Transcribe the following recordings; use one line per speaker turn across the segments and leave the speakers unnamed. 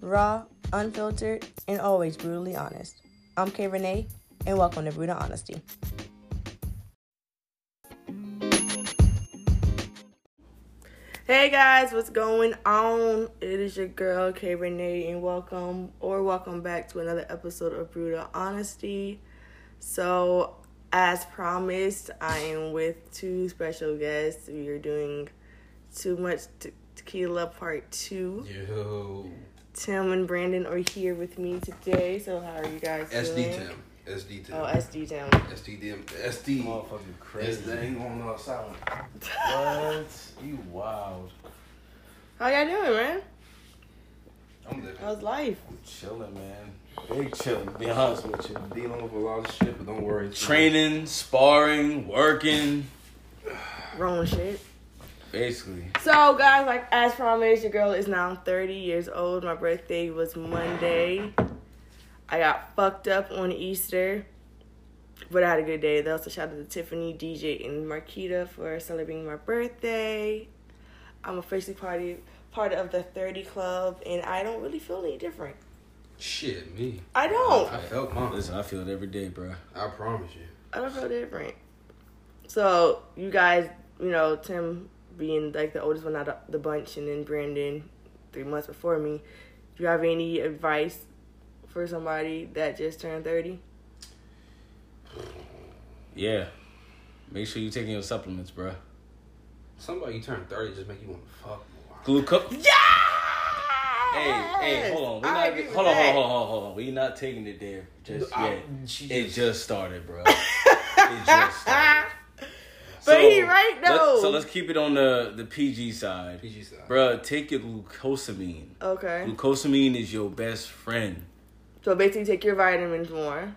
raw, unfiltered, and always brutally honest. I'm Kay Renee, and welcome to Brutal Honesty. Hey guys, what's going on? It is your girl Kay Renee, and welcome or welcome back to another episode of Brutal Honesty. So, as promised, I am with two special guests. We are doing too much Te- tequila part two.
Yo.
Tim and Brandon are here with me today. So, how are you guys doing?
SD Tim. SD Tim.
Oh, SD Tim.
SD Tim. SD.
Motherfucking
This
crazy.
thing on the silent.
What? You wild.
How y'all doing, man?
I'm living.
How's life?
I'm chilling, man. Big chilling, to be honest with you.
Dealing with a lot of shit, but don't worry. it's
Training, sparring, working.
Wrong shit.
Basically.
So, guys, like as promised, your girl is now 30 years old. My birthday was Monday. I got fucked up on Easter, but I had a good day though. So, shout out to Tiffany, DJ, and Marquita for celebrating my birthday. I'm officially party, part of the 30 Club, and I don't really feel any different.
Shit, me.
I don't.
I felt mine.
Listen, I feel it every day, bro.
I promise you.
I don't feel different. So you guys, you know, Tim being like the oldest one out of the bunch, and then Brandon, three months before me. Do you have any advice for somebody that just turned thirty?
Yeah. Make sure you taking your supplements, bro.
Somebody you turn 30 just make you want to fuck more.
Glucose.
Yeah.
Hey, hey, hold on. We
I
not,
agree with
hold on,
that.
hold on, hold on, hold on. We not taking it there just
I-
yet.
she
It
just-
just started, bro. it just
Ah,
started.
But he right,
let-
though.
so let's keep it on the the PG side.
PG side.
Bruh, take your glucosamine.
Okay.
Glucosamine is your best friend.
So basically, take your vitamins more.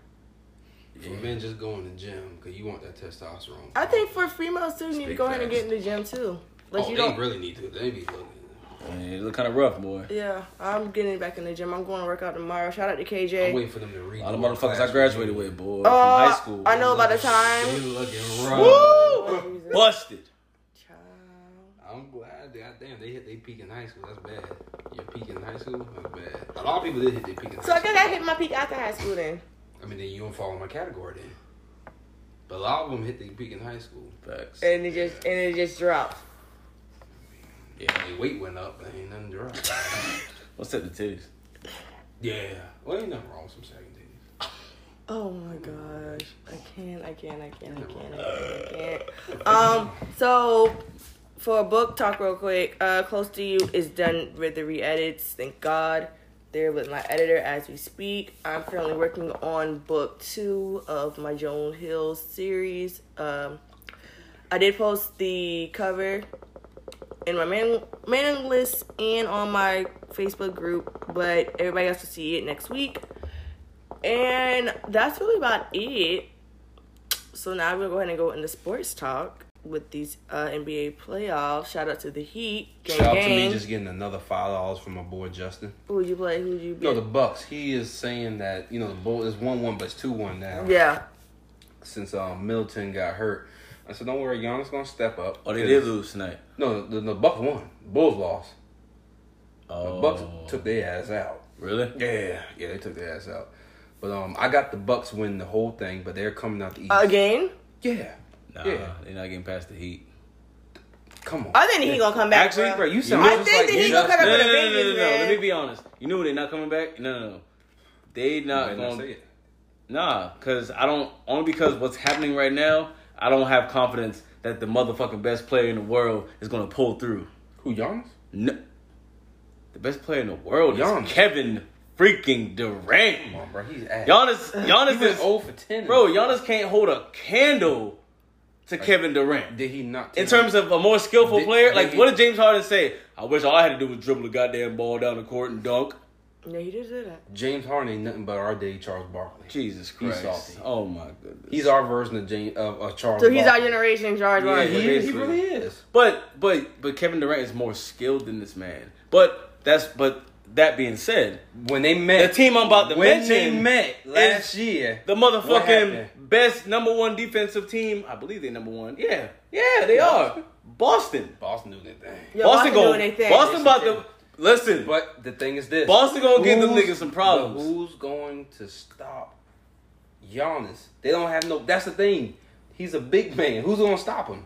For men, just go in the gym because you want that testosterone.
I think for females too, you need to
Speak
go ahead and get in
fast.
the gym too. Like
oh,
you
they
don't.
really need to. They be looking.
Man, it look kind of rough, boy.
yeah, I'm getting back in the gym. I'm going to work out tomorrow. Shout out to
I'm
KJ.
waiting for them to read.
A lot of
the
motherfuckers
class
I graduated
review.
with, boy,
Oh,
from high school.
I know by the
They
time.
looking rough.
Woo!
Busted.
Child.
I'm glad. God damn, they hit their peak in high school. That's bad. Your peak in high school? That's bad. A lot of people did hit their peak in high
So I
school.
guess I hit my peak after high school then.
I mean, then you don't fall in my category then. But a lot of them hit their peak in high school.
Facts.
And it just and it just dropped.
Yeah, their weight went up. But ain't nothing dry.
What's up, the titties?
yeah. Well, ain't nothing wrong with some second days.
Oh my gosh. I can't, I can't, I can't, I can't, I can't, I can't. Um, so for a book talk real quick, uh Close to You is done with the re edits, thank God. There with my editor as we speak. I'm currently working on book two of my Joan Hill series. Um I did post the cover in my mailing, mailing list and on my Facebook group, but everybody else will see it next week. And that's really about it. So now we're going to go into sports talk with these uh, NBA playoffs. Shout out to the Heat. Gang,
Shout out to
gang.
me just getting another five dollars from my boy Justin.
Who would you play? Who would you be?
No, the Bucks. He is saying that you know the bull is one one, but it's two one now.
yeah.
Since um, Middleton got hurt, I said, don't worry, Giannis gonna step up.
Oh, they did lose tonight.
No, the, the Bucks won. Bulls lost. The
Oh,
Bucks took their ass out.
really?
Yeah, yeah, they took their ass out. But um, I got the Bucks win the whole thing, but they're coming out the East.
Again?
Yeah.
Nah,
Yeah.
they're not getting past the heat.
Come on.
I think he gonna come back.
Actually,
bruh.
bro, you
I
sound just
think
like
that
me.
he gonna cut up
no,
with
no,
the
no, no, no,
babies,
no, no. Let me
man.
be honest. You knew they're not coming back. No, no, no. They not
Better not say
going.
it.
Nah, cause I don't. Only because what's happening right now, I don't have confidence that the motherfucking best player in the world is gonna pull through.
Who Giannis?
No. The best player in the world
Giannis.
is Kevin freaking Durant.
Come on, bro, he's ass.
Giannis,
he
Giannis
went
is
0 for ten.
bro. Giannis can't hold a candle to Kevin Durant
did he not?
in terms of a more skillful
Did-
player.
did
Like
he-
what did James Harden say? I wish all I had to do was dribble the goddamn ball down the court and dunk.
No, he did do that.
James Harden ain't nothing but our day Charles Barkley.
Jesus
He's
Christ!
salty.
Oh my goodness.
He's our version of James of, of Charles.
So he's our
Barkley.
generation, George
Yeah,
Washington.
he, is, he
Basically.
really is.
But but but Kevin Durant is more skilled than this man. But that's but that being said,
When they met,
The team I'm about to
when
mention
they met last year,
The
What
motherfucking
happened?
best number one defensive team. I believe they're number one. Yeah. Yeah, they are. Boston.
Boston knew that thing.
Yo,
Boston
doing
going.
their thing.
Boston about to. Listen,
But the thing is this:
Boston gonna give them
Who's-
niggas some
but
problems.
Who's going to stop Giannis? They don't have no. That's the thing. He's a big man. Who's gonna stop him?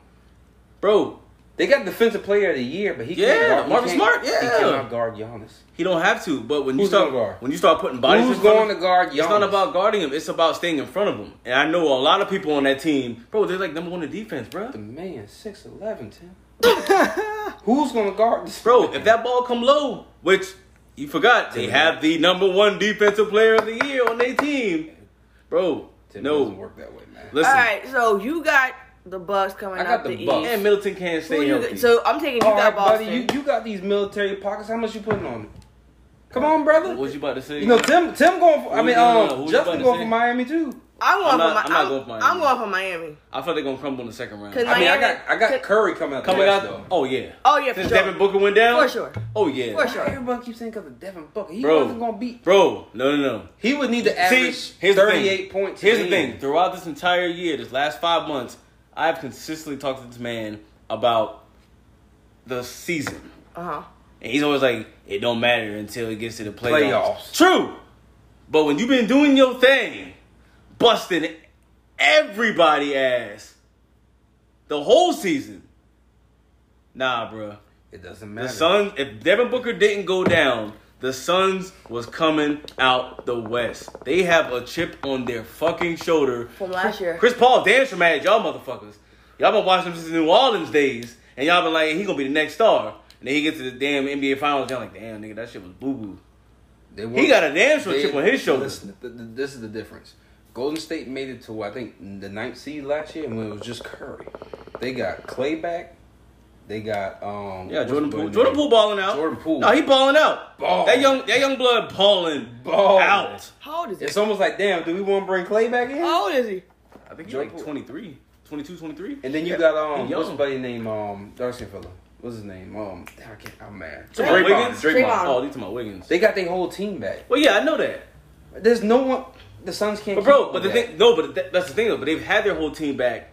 Bro,
They got defensive player of the year, but he
Yeah,
can't guard, he
Marcus
can't-
Smart,
he
yeah.
cannot guard Giannis.
he don't have to, but when you
Who's
start
gonna guard?
when you start putting bodies
Who's
in front of-
going to guard Giannis?
It's not about guarding him. It's about staying in front of him. And I know a lot of people on that team, bro. They're like number one in defense, bro.
the man six eleven ten. Who's gonna guard this
Bro,
man?
if that ball come low, which you forgot, they have the number one defensive player of the year on their team, bro.
Tim doesn't
no,
work that way, man.
listen.
All right, so you got the Bucks coming
I got
out
the
the
Bucks.
East.
And Middleton can't
Who
stay
you-
healthy.
so I'm taking you
All
got
right,
Boston.
buddy, you, you got these military pockets. How much you putting on it? Come on, brother.
what was you about to say?
You know, Tim. Tim going. For, I
Who
mean,
you- no, no, who
um,
you about
Justin
to
going
say?
for Miami too.
I'm going
I'm not-
for
I'm
my,
not
I'm,
going for Miami.
I'm going for Miami.
I feel they're gonna crumble in the second round.
Cause
I mean, I
Miami-
got I got
could-
Curry coming out.
Coming
the West,
out,
though.
oh yeah.
Oh yeah, for
Since
sure.
Devin Booker went down,
For sure.
Oh yeah,
For sure.
Everyone keeps thinking of the Devin Booker. He
Bro.
wasn't gonna beat.
bro. No, no, no.
He would need to average
here's the thing.
thirty-eight points. a
Here's the
game.
thing: throughout this entire year, this last five months, I've consistently talked to this man about the season,
Uh huh.
and he's always like, "It don't matter until it gets to the playoffs."
Playoffs.
True, but when you've been doing your thing, busting everybody ass the whole season, nah, bruh.
It doesn't
The
matter.
Suns, if Devin Booker didn't go down, the Suns was coming out the West. They have a chip on their fucking shoulder.
From last year.
Chris Paul damn sure mad at y'all motherfuckers. Y'all been watching him since New Orleans days, and y'all been like, he gonna be the next star. And then he gets to the damn NBA Finals, y'all like, damn nigga, that shit was boo boo.
They
He
won-
got a damn sure
They-
chip on his shoulder.
Listen, th- th- this is the difference. Golden State made it to I think the ninth seed last year, and it was just Curry. They got Clay back. They got um
Yeah, Jordan
what's
Poole.
the boy
Jordan
name?
Poole balling out.
Jordan Poole.
No, he balling out.
Ball.
That young, that young blood balling
Ball.
out.
How old is he?
It's almost like damn. Do we want to bring Clay back in?
How old is he?
I think he's
Jordan
like
Poole.
23, 22, 23.
And then you got um
He
what's his
young.
buddy name um dark skin fella. What's his name um damn, I can't, I'm mad.
Jamal Wiggins?
Draymond.
Oh, these to my Wiggins.
They got their whole team back.
Well, yeah, I know that.
There's no one. The Suns can't.
But bro,
keep
but the
that.
thing, no, but th- that's the thing though. But they've had their whole team back,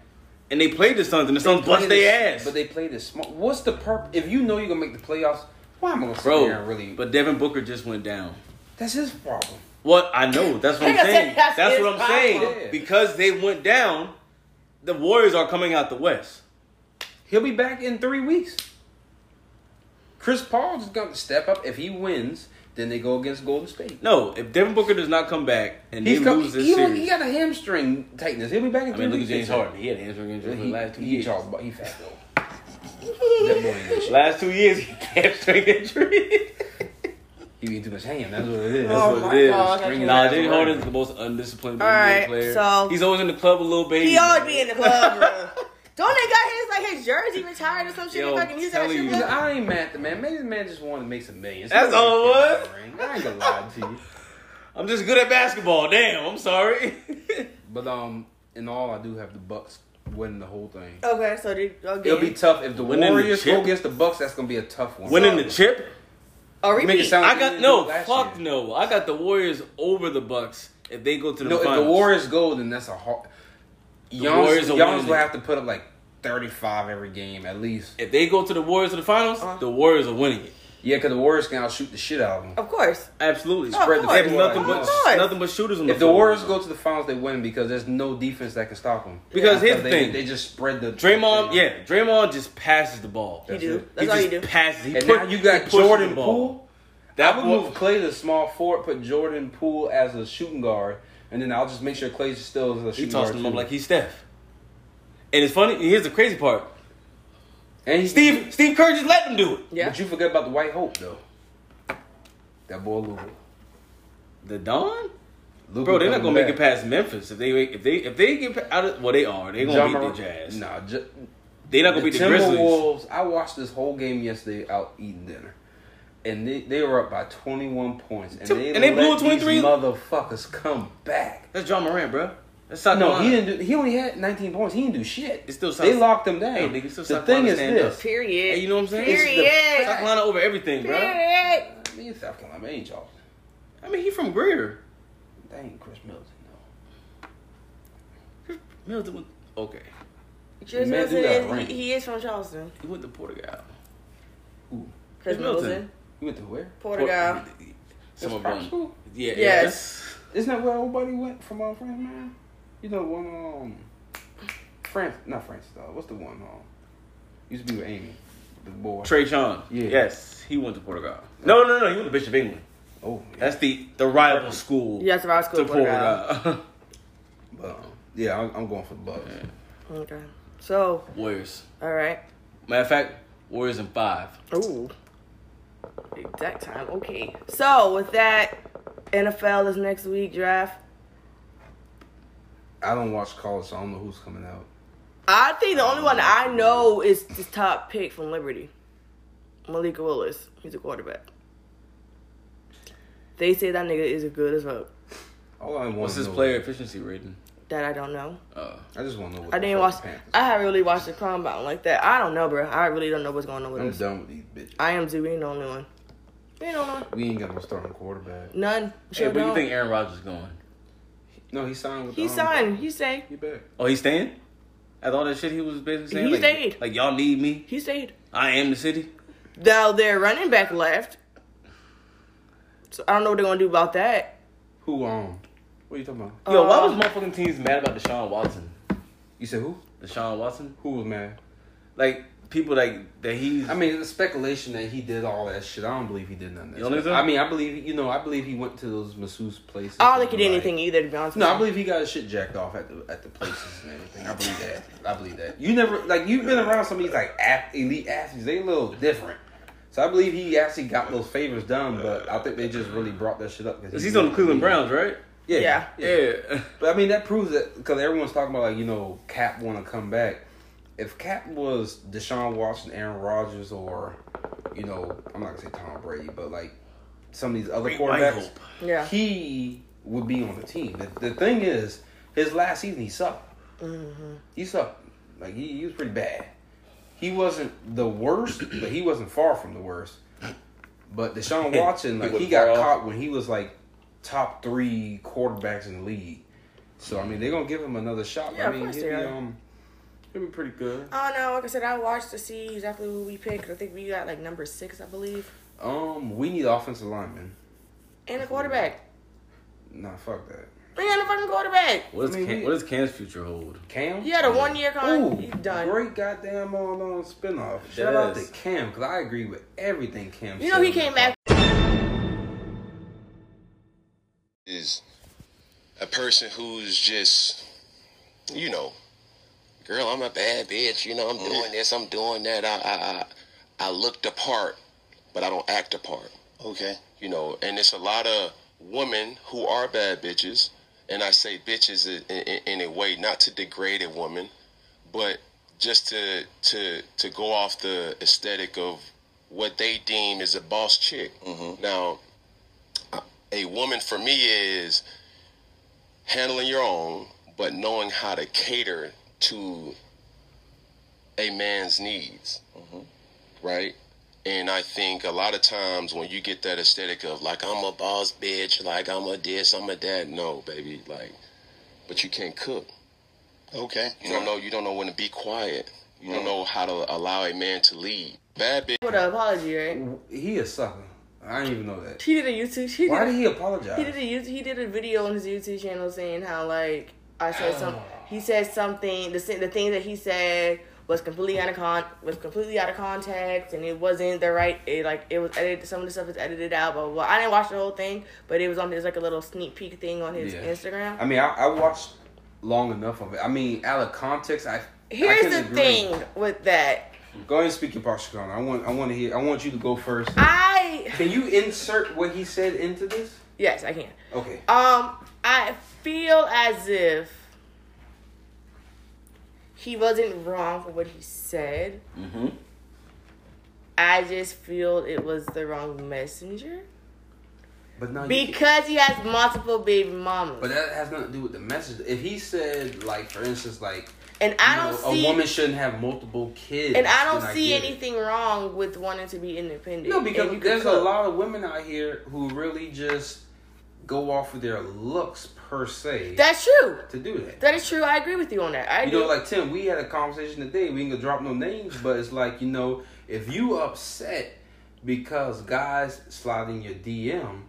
and they played the Suns, and the Suns bust
Play this-
their ass.
But they played this smart. What's the purpose? If you know you're gonna make the playoffs, why am I gonna sit
bro,
here and really?
but Devin Booker just went down.
that's his problem.
What I know, that's what I'm
Nigga said
saying.
that's
That's,
his
what I'm
problem.
saying. Because they went down, the Warriors are coming out the West.
He'll be back in three weeks. Chris Paul's gonna step up. If he wins, then they go against Golden State.
No, if Devin Booker does not come back and
He's
they
come,
lose this
he,
series,
he got a hamstring tightness. He'll be back in
I
three
mean, look at
weeks.
James Harden. He had an hamstring
He,
injury for the last two
he,
years.
Charles, Bar- he fat though. that boy ain't that shit.
Last two years, he had hamstring injury.
He eating too much ham. That's what it
Oh,
is.
That's
my
what it is.
God, I
String
can't.
Nah,
That's
James
right.
Harden is the most undisciplined
All
NBA
right,
player.
so-
he's always in the club with little baby.
He always be in the club. bro. Don't they got his like his jersey retired or some shit?
Yo,
Yo, fucking use that
telling
shit.
you.
for?
I ain't mad at the man. Maybe the man just wanted to make some millions.
That's all it was?
I ain't gonna lie to you.
I'm just good at basketball. Damn, I'm sorry.
But um, in all, I do have the Bucks winning the whole thing.
Okay, so they okay.
It'll be tough if the
Winning the
Warriors
chip?
go against the Bucks. That's gonna be a tough one.
Winning the chip?
a
You make it
repeat.
sound like
I
they
got
did
no.
last
Fuck
year.
no. I got the Warriors over the Bucks if they go to the
No, if
finals.
the Warriors go, then that's a hard. Giannis,
Warriors are
Giannis
winning
will
it.
have to put up like thirty-five every game at least.
If they go to the Warriors to the finals,
Uh-huh.
the Warriors are winning it.
Yeah, because the Warriors can outshoot the shit out of them.
Of course.
Absolutely.
Oh,
Spread the
of
they have
course.
nothing
Of
but
course.
nothing but shooters on the
If the
floor.
Warriors go to the finals, they win because there's no defense that can stop them.
Because here's the
they,
thing.
they just spread the
Draymond, yeah, Draymond just passes the ball.
He
That's
do.
it.
That's
he
all
just
you do.
passes. He
And
put-
now you
he
got
pushes
Jordan
the ball.
Poole.
That
I would
boy-
move Clay to small forward, put Jordan Poole as a shooting guard, and then I'll just make sure Clay's still as a
He
shooting guard.
tossing him up
too.
like he's Steph. And it's funny. Here's the crazy part.
and he,
Steve Steve Kerr just let them do it.
Yeah.
But you forget about the White Hope though. That boy Luka.
The Don.
Luka
Bro, they're not
coming
gonna make it
back.
past Memphis if they make- if they if they get pa- out of well they are they gonna
Ja
beat the
Morant-
Jazz.
Nah, ju-
They're not gonna
the
beat the Grizzlies.
Timberwolves. I watched this whole game yesterday out eating dinner, and they, they were up by twenty one points, and
Tim-
they
and they blew a
let
23?
These motherfuckers come back.
That's John Moran, bro. That's South
No,
Carolina.
he didn't do. He only had 19 points. He didn't do shit.
It's still South-
they locked him down.
Hey, nigga, it's still
the
South
thing
Carolina
is
stand
this.
Period.
Hey, you know what I'm saying? It's the-
Period.
South Carolina over everything, bro.
Period.
I mean, South Carolina ain't y'all.
I mean, he from Greer.
That ain't Chris Middleton.
Middleton went, okay.
Chris
Man,
Middleton
you got
is
range.
he, he is from Charleston.
He went to Portugal.
No. Ooh.
Chris
Middleton.
Middleton.
You went to where?
Portugal.
Some of them.
That's possible.
Yeah,
Yes.
Isn't that where old buddy went from our friend man? You know one um France not France though. What's the one um used to be with Amy, the boy.
yes. Trey Sean.
Yeah.
Yes, he went to Portugal. No, no, no, he went to Bishop of England.
oh yeah.
That's the the rival school.
Yes, if I was
to
cool. Portugal.
Portugal.
but, um, yeah, I'm, I'm going for the Bucks.
Okay. So,
Warriors.
all right.
Matter of fact, Warriors in five.
Ooh. Exact time. Okay. So with that, NFL is next week draft.
I don't watch college, so I don't know who's coming out.
I think the only one I know is the top pick from Liberty, Malik Willis. He's a quarterback. They say that nigga is as good as vote.
All I want
What's
to
his
know-
player efficiency rating?
That I don't know.
Uh,
I just want to know. What
I
the
didn't watch.
fuck the Panthers-
I haven't really watched the combine like that. I don't know, bro. I really don't know what's going on with
I'm
us.
done with these bitches.
I am too. We ain't the only one. We ain't the only one.
We ain't got no starting quarterback.
None.
hey,
Sure
where you
don't.
think Aaron Rodgers is going?
No, he signed with.
he
the, um,
signed. He stayed.
He back.
Oh, he's staying. After all that shit, he was basically saying
He
like,
stayed.
like y'all need me.
He stayed.
I am the city.
Now their running back left. So I don't know what they're gonna do about that.
Who um? What are you talking about?
Yo, why
Uh,
was motherfucking teams mad about Deshaun Watson?
You said who?
Deshaun Watson,
Who was mad?
like people like that he's.
I mean, the speculation that he did all that shit. I don't believe he did none of that.
You don't think
stuff.
so?
I mean, I believe you know. I believe he went to those masseuse places.
I don't think he did
and, like-
anything either, to be honest.
No, I
with you.
believe he got his shit jacked off at the at the places and everything. I believe that. I believe that. You never like you've been around some of these like ath- elite athletes. They a little different. So I believe he actually got those favors done, but I think they just really brought that shit up
Cause he's on the Cleveland Browns, right?
Yeah,
Yeah.
Yeah.
But I mean, that proves that because everyone's talking about like you know Cap want to come back. If Cap was Deshaun Watson, Aaron Rodgers, or you know, I'm not gonna say Tom Brady, but like some of these other
Ray
quarterbacks,
Whitehope.
Yeah.
he would be on the team. The, the thing is, his last season he sucked. He sucked. Like he, he was pretty bad. He wasn't the worst, but he wasn't far from the worst. But Deshaun Watson, like
was
he got
raw.
caught when he was like top three quarterbacks in the league. So I mean, they're gonna give him another shot.
Yeah,
I
of
mean,
course
he'd
they
be,
are.
um, he'd be pretty good.
I don't know. Oh, Like I said, I watched to see exactly who we picked. I think we got like number six, I believe,
Um, we need offensive linemen.
and a quarterback.
Nah, fuck that.
We got a fucking quarterback.
What does
I mean,
Cam,
we-
what does Cam's future hold?
Cam.
He had a one year
Ooh,
contract. He's done.
great goddamn on on spinoff. Shout out to
Yes.
Cam because I agree with everything Cam.
You know
said
he
on
came
that
back.
is a person who's just, you know, girl, I'm a bad bitch. You know, I'm doing this, I'm doing that. I, I, I, I look the part, but I don't act the part.
Okay.
You know, and it's a lot of women who are bad bitches, and I say bitches in, in, in a way not to degrade a woman, but just to to to go off the aesthetic of what they deem is a boss chick. Now, a woman for me is handling your own, but knowing how to cater to a man's needs, right? And I think a lot of times when you get that aesthetic of like I'm a boss bitch, like I'm a this, I'm a that, no, baby, like, but you can't cook.
Okay.
You don't know. You don't know when to be quiet. You don't know how to allow a man to lead. Bad bitch.
With an apology, right?
He a sucker. I didn't even know that.
He did a YouTube. He did,
Why did he
he did
apologize?
a YouTube, He did a video on his YouTube channel saying how like I said some.
Oh.
He said something. The si- the thing that he said was completely out of con was completely out of context, and it wasn't the right. It like it was edited. Some of the stuff is edited out. But well, I didn't watch the whole thing, but it was on his like a little sneak peek thing on his
Yeah.
Instagram.
I mean, I, I watched long enough of it. I mean, out of context, I. I
Here's
can
the
agree.
thing with that.
Go ahead and speak your part, Chicago. I want. I want to hear. I want you to go first.
I
Can you insert what he said into this?
yes, I can.
Okay.
Um, I feel as if he wasn't wrong for what he said.
Mm-hmm.
I just feel it was the wrong messenger
But now you.
because he has multiple baby mamas,
But that has nothing to do with the message. If he said, like, for instance, like,
and I
you
don't
know,
see
a woman shouldn't have multiple kids,
and I don't
then
see
get it.
anything wrong with wanting to be independent.
No,
and
because
you can
there's a
cook.
lot of women out here who really just go off of their looks per se
That's true.
to do that.
That is true. I agree with you on that. I
You
do.
know, like Tim, we had a conversation today. We ain't gonna drop no names, but it's like you know, if you upset because guys sliding your DM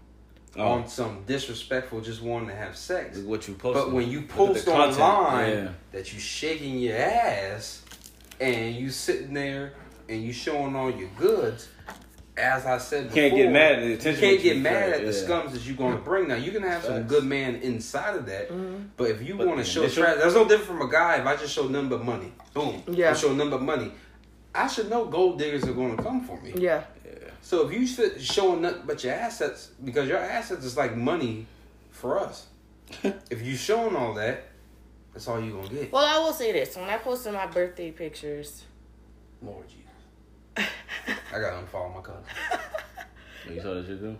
Oh.
on some disrespectful, just wanting to have sex.
Look what you posted.
But when you
Look at the
post
content.
online
Yeah.
that you shaking your ass and you sitting there and you showing all your goods, as I said before,
Can't get mad at the attention
You can't
that you
get mad
attract,
at the
yeah.
scums that you're going to bring. Now you're going to have some
Facts.
good man inside of that, but if you
But
want to
the
show
initial-
trash, that's no different from a guy. If I just show nothing but money, boom,
Yeah.
I show nothing but money. I should know gold diggers are going to come for me.
Yeah.
So if you sit showing nothing but your assets, because your assets is like money for us. if you showing all that, that's all you gonna get.
Well, I will say this: when I posted my birthday pictures,
Lord Jesus, I gotta unfollow my cousin.
Oh, you saw that shit too?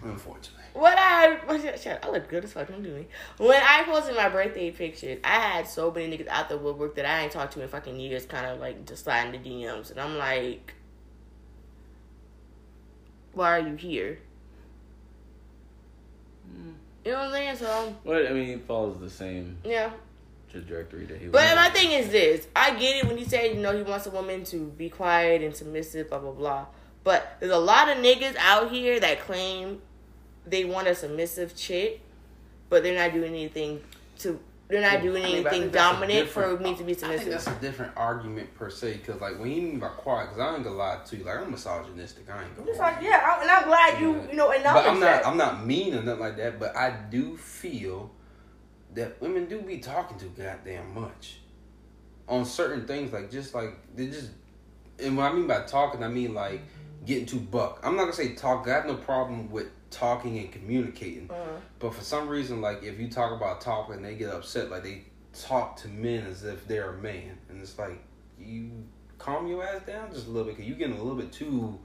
Unfortunately,
When I shit, shit, I look good as fuck. Don't do me. When I posted my birthday pictures, I had so many niggas out the woodwork that I ain't talked to in fucking years, kind of like just sliding the DMs, and I'm like, why are you here? You know what I'm saying? So
Well, I mean, it follows the same
yeah.
trajectory that he was.
But
on.
my thing is this: I get it when he said you know he wants a woman to be quiet and submissive, blah blah blah. But there's a lot of niggas out here that claim they want a submissive chick, but they're not doing anything to. They're not doing
I mean, but I
anything
think that's a
dominant for
different-
me to be
I think that's
submissive.
a different argument per se. Because like when you mean by quiet, because I ain't gonna lie to you, like I'm misogynistic. I ain't gonna.
It's
lie.
like yeah, I- and I'm glad you you know
But
acknowledge
I'm not.
that.
I'm not mean or nothing like that. But I do feel that women do be talking too goddamn much on certain things. Like just like they just. And what I mean by talking, I mean like getting too buck. I'm not gonna say talk. I have no problem with talking and communicating.
Uh-huh.
But for some reason, like if you talk about talking, they get upset. Like they talk to men as if they're a man, and it's like you calm your ass down just a little bit. Cause you getting a little bit too,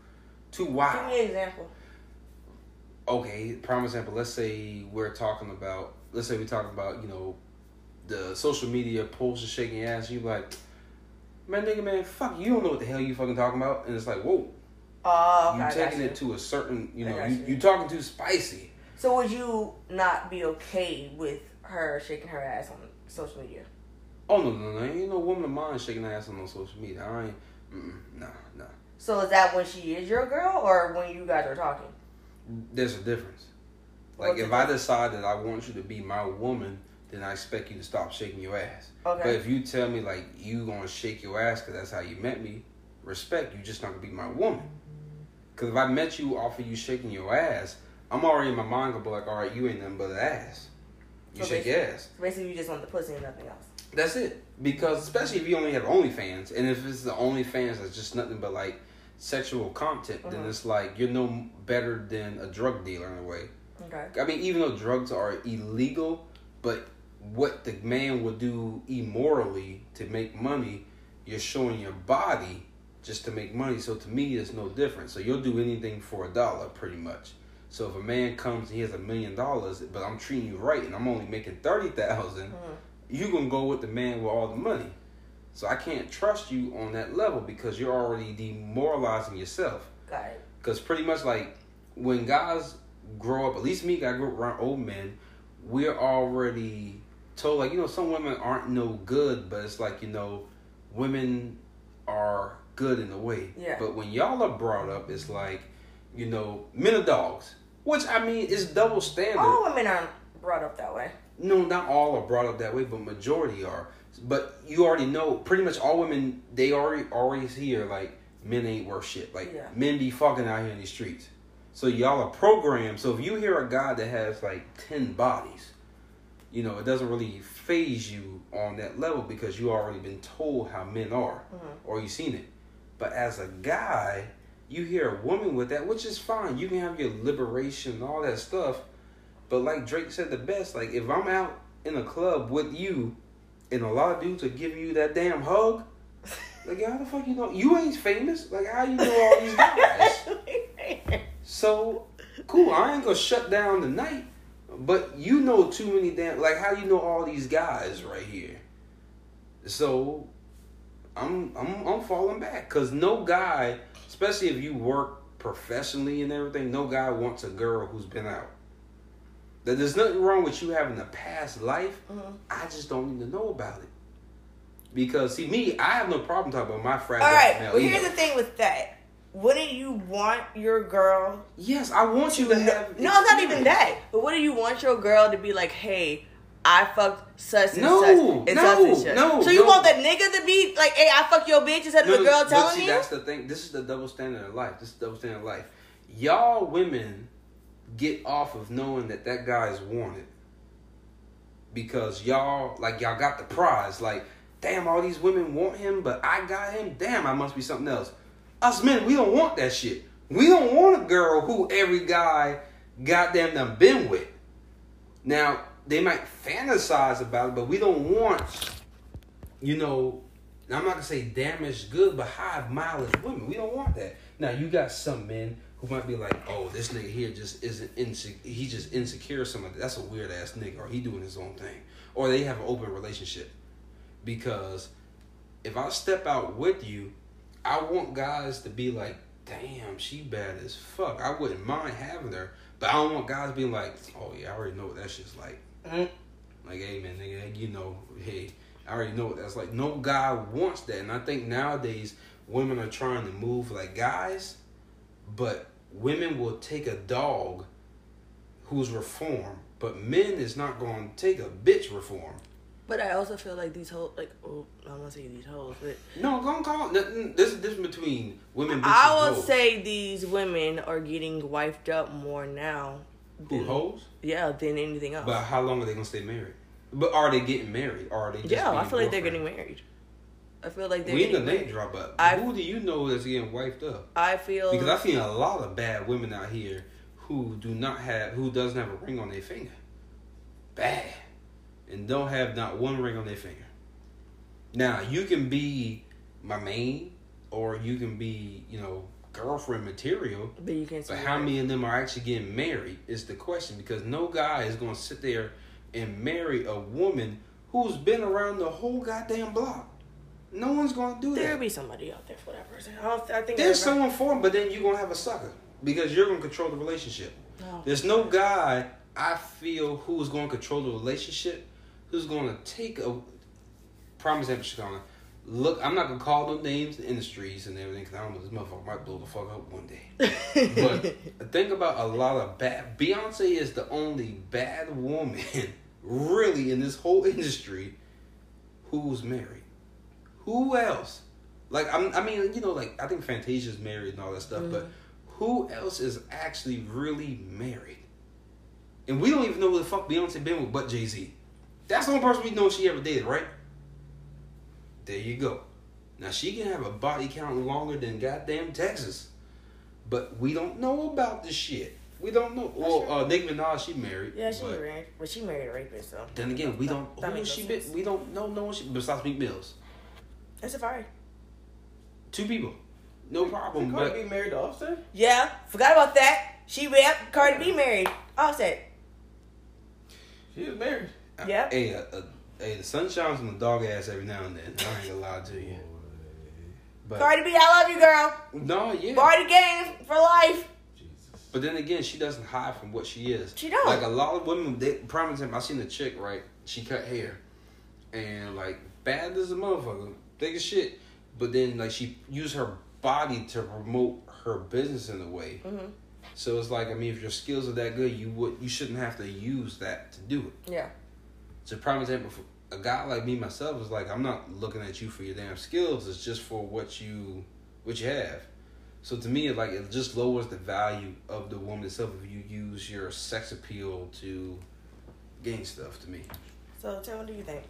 too wild
Give me an example.
okay, prime example, let's say we're talking about let's say we're talking about, you know, the social media posts and shaking your ass, you like, man nigga man, fuck you don't know what the hell you fucking talking about and it's like, whoa,
Oh, okay, I
you
got
taking
you.
it to a certain you
I
know,
got
you,
you.
you talking too spicy.
So would you not be okay with her shaking her ass on social media?
Oh no no no, ain't no woman of mine shaking her ass on no social media. I ain't mm, nah, nah.
So is that when she is your girl or when you guys are talking?
There's a difference. Like
What's
if
the
I decide that I want you to be my woman, then I expect you to stop shaking your ass.
Okay.
But if you tell me like you gonna shake your ass because that's how you met me, respect. You just not gonna be my woman. Because if I met you off of you shaking your ass, I'm already in my mind gonna be like, all right, you ain't nothing but an ass. You
So
shake your ass.
Basically, you just want the pussy and nothing else.
That's it. Because especially if you only have OnlyFans, and if it's the OnlyFans that's just nothing but like sexual content, then
Mhm.
it's like you're no better than a drug dealer in a way.
Okay.
I mean, even though drugs are illegal, but what the man will do immorally to make money, you're showing your body just to make money. So to me, it's no different. So you'll do anything for a dollar, pretty much. So if a man comes and he has a million dollars, but I'm treating you right, and I'm only making thirty thousand,
Mm-hmm.
you gonna go with the man with all the money. So I can't trust you on that level because you're already demoralizing yourself.
Got it.
Because pretty much like when guys grow up, at least me, I grew up around old men, we're already told like, you know, some women aren't no good, but it's like, you know, women are good in a way.
Yeah.
But when y'all are brought up, it's like, you know, men are dogs. Which I mean is double standard.
All women aren't brought up that way.
No, not all are brought up that way, but majority are. But you already know pretty much all women they already always hear like men ain't worth shit. Like
Yeah.
men be fucking out here in these streets. So y'all are programmed. So if you hear a guy that has like ten bodies, you know, it doesn't really phase you on that level because you already been told how men are
Mm-hmm.
or you seen it. But as a guy, you hear a woman with that, which is fine. You can have your liberation and all that stuff. But like Drake said the best, like if I'm out in a club with you and a lot of dudes are giving you that damn hug, like how the fuck you know you ain't famous? Like how you know all these guys? so cool, I ain't gonna shut down the night. But you know too many damn like how you know all these guys right here. So I'm I'm I'm falling back because no guy, especially if you work professionally and everything, no guy wants a girl who's been out. That there's nothing wrong with you having a past life.
Mm-hmm.
I just don't need to know about it. Because see me, I have no problem talking about my fragile
All right.
male
Well, here's
ego.
the thing with that. wouldn't you want your girl?
Yes, I want you to have.
No, it's not even that. But wouldn't you want your girl to be like, hey? I fucked such and
No,
such and
no,
such and such.
no,
so you
no.
want that nigga to be like, "Hey, I fuck your bitch" instead of
No,
the girl
but
telling
see,
you?
That's the thing. This is the double standard of life. This is the double standard of life. Y'all women get off of knowing that that guy is wanted because y'all like y'all got the prize. Like, damn, all these women want him, but I got him. Damn, I must be something else. Us men, we don't want that shit. We don't want a girl who every guy goddamn done been with. Now they might fantasize about it, but we don't want you know, I'm not gonna say damaged good, but high mileage women. We don't want that. Now you got some men who might be like, oh, this nigga here just isn't insecure. He just insecure. or Something like that. that's a weird ass nigga, or he doing his own thing, or they have an open relationship. Because if I step out with you, I want guys to be like, damn, she bad as fuck. I wouldn't mind having her, but I don't want guys being like, oh yeah, I already know what that shit's like. Like, hey man, nigga, you know, hey, I already know what that's like. No guy wants that, and I think nowadays women are trying to move like guys, but women will take a dog who's reformed, but men is not going to take a bitch reform.
But I also feel like these hoes, like, oh, I'm not saying these hoes, but
No, don't call. This is difference between women. Bitches,
I will
hoes.
say these women are getting wifed up more now.
who
than-
hoes,
Yeah, than anything else.
but how long are they going to stay married? But are they getting married? Or are they? Just
yeah, I
being
feel like they're
girlfriend?
getting married. I feel like they're
We ain't
getting
gonna name
married.
drop up.
I-
Who do you know that's getting wiped up?
I feel
Because I've seen a lot of bad women out here who do not have, who doesn't have a ring on their finger, bad, and don't have not one ring on their finger. Now you can be my main, or you can be you know girlfriend material,
but you can't.
but
see
how
it.
many of them are actually getting married is the question. Because no guy is gonna sit there and marry a woman who's been around the whole goddamn block. No one's gonna do that.
There'll be somebody out there for that person. I, don't, I think
There's
everybody-
someone for him, but then you're gonna have a sucker because you're gonna control the relationship.
No.
There's no guy I feel who's gonna control the relationship, who's gonna take a prime example, Chicago. Look, I'm not gonna call them names, the industries, and everything, because I don't know this motherfucker might blow the fuck up one day. but think about a lot of bad. Beyonce is the only bad woman, really, in this whole industry, who's married. Who else? Like I'm, I mean, you know, like I think Fantasia's married and all that stuff, but
Mm-hmm.
who else is actually really married? And we don't even know who the fuck Beyonce been with, but Jay Z. That's the only person we know she ever dated, right? There you go. Now she can have a body count longer than goddamn Texas, but we don't know about this shit. We don't know. Well, uh, Nicki Minaj, she married.
Yeah, she
but-
married, but she married a rapist, so
Then again, we don't.
That
who
makes
she
no
been,
sense.
We don't know. No one. She, besides Meek Mills,
that's a fire.
two people, no problem. But
Cardi B married to Offset?
Yeah, forgot about that. She rap Cardi B married Offset.
She was married.
Yeah.
Hey, uh, uh, hey, the sun shines on the dog ass every now and then. I ain't gonna lie to you. But
Cardi B, I love you, girl.
no, Uh, yeah.
Party game for life.
Jesus.
But then again, she doesn't hide from what she is.
She don't.
Like a lot of women, they promise him. I seen a chick right. She cut hair, and like bad as a motherfucker, thick as shit. But then like she used her body to promote her business in a way.
Mm-hmm.
So it's like I mean, if your skills are that good, you would you shouldn't have to use that to do it.
Yeah.
So prime example for a guy like me myself is like I'm not looking at you for your damn skills. It's just for what you what you have. So to me, it like it just lowers the value of the woman itself if you use your sex appeal to gain stuff. To me,
So tell me, what do you think?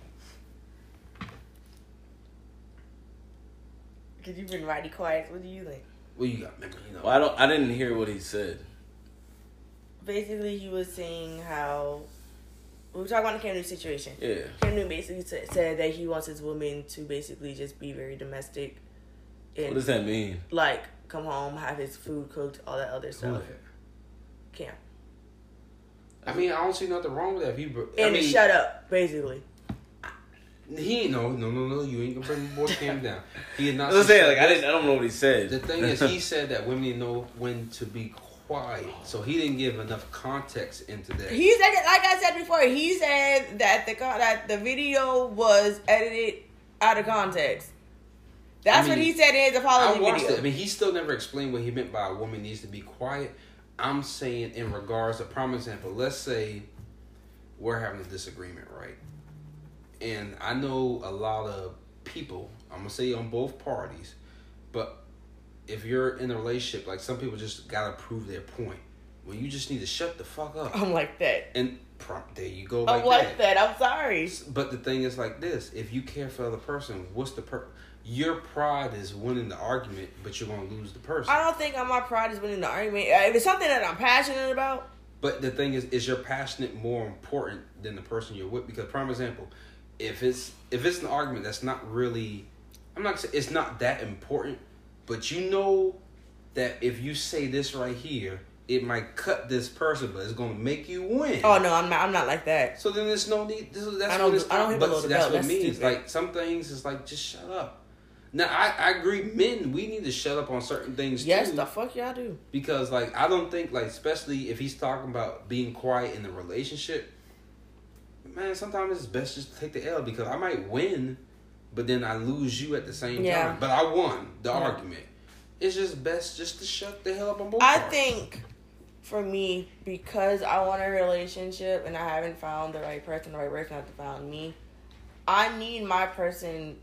Cause you've been mighty quiet. What do you think?
well, you got remember, you know.
Well, I don't. I didn't hear what he said.
Basically, he was saying how we were talking about the Cam Newton situation.
Yeah.
Cam Newton basically sa- said that he wants his woman to basically just be very domestic
What
and
does that mean?
like come home, have his food cooked, all that other
Who
stuff.
the heck?
Cam
I mean, I don't see nothing wrong with that. If you, br- I
and
mean,
shut up, basically.
he ain't no, no, no, no. You ain't gonna bring the boy Cam down. He is not.
Let's say like I didn't. I don't know what he said.
The thing is, he said that women need to know when to be quiet, so he didn't give enough context into that.
He said it like I said before. He said that the con- that the video was edited out of context. That's
I
what
mean,
he said in his
I
apology
watched
video.
it. I mean, he still never explained what he meant by a woman needs to be quiet. I'm saying in regards to prime example, let's say we're having a disagreement, right? And I know a lot of people, I'm gonna say on both parties, but if you're in a relationship, like some people just gotta prove their point. Well, you just need to shut the fuck up.
I'm like that.
And prom- there you go.
I'm
Like
like
that.
that. I'm sorry.
But the thing is like this: if you care for the other person, what's the per? Your pride is winning the argument, but you're gonna lose the person.
I don't think my pride is winning the argument. Uh, If it's something that I'm passionate about,
But the thing is, is your passionate more important than the person you're with? Because, prime example, if it's if it's an argument that's not really, I'm not saying it's not that important, but you know that if you say this right here, it might cut this person, but it's gonna make you win.
oh no, I'm not. I'm not like that.
So then there's no need. This, is- that's
I don't-
what it's
I don't
not-
hit
but
below the
that's
belt.
what
That's
it means.
stupid.
Like some things, it's like just shut up. Now I, I agree. Men, we need to shut up on certain things.
Yes,
too,
the fuck y'all do.
because like I don't think like especially if he's talking about being quiet in the relationship. Man, sometimes it's best just to take the L because I might win, but then I lose you at the same
Yeah.
time. But I won the argument. It's just best just to shut the hell up on both.
I
parties.
think for me, because I want a relationship and I haven't found the right person, the right person hasn't found me, I need my person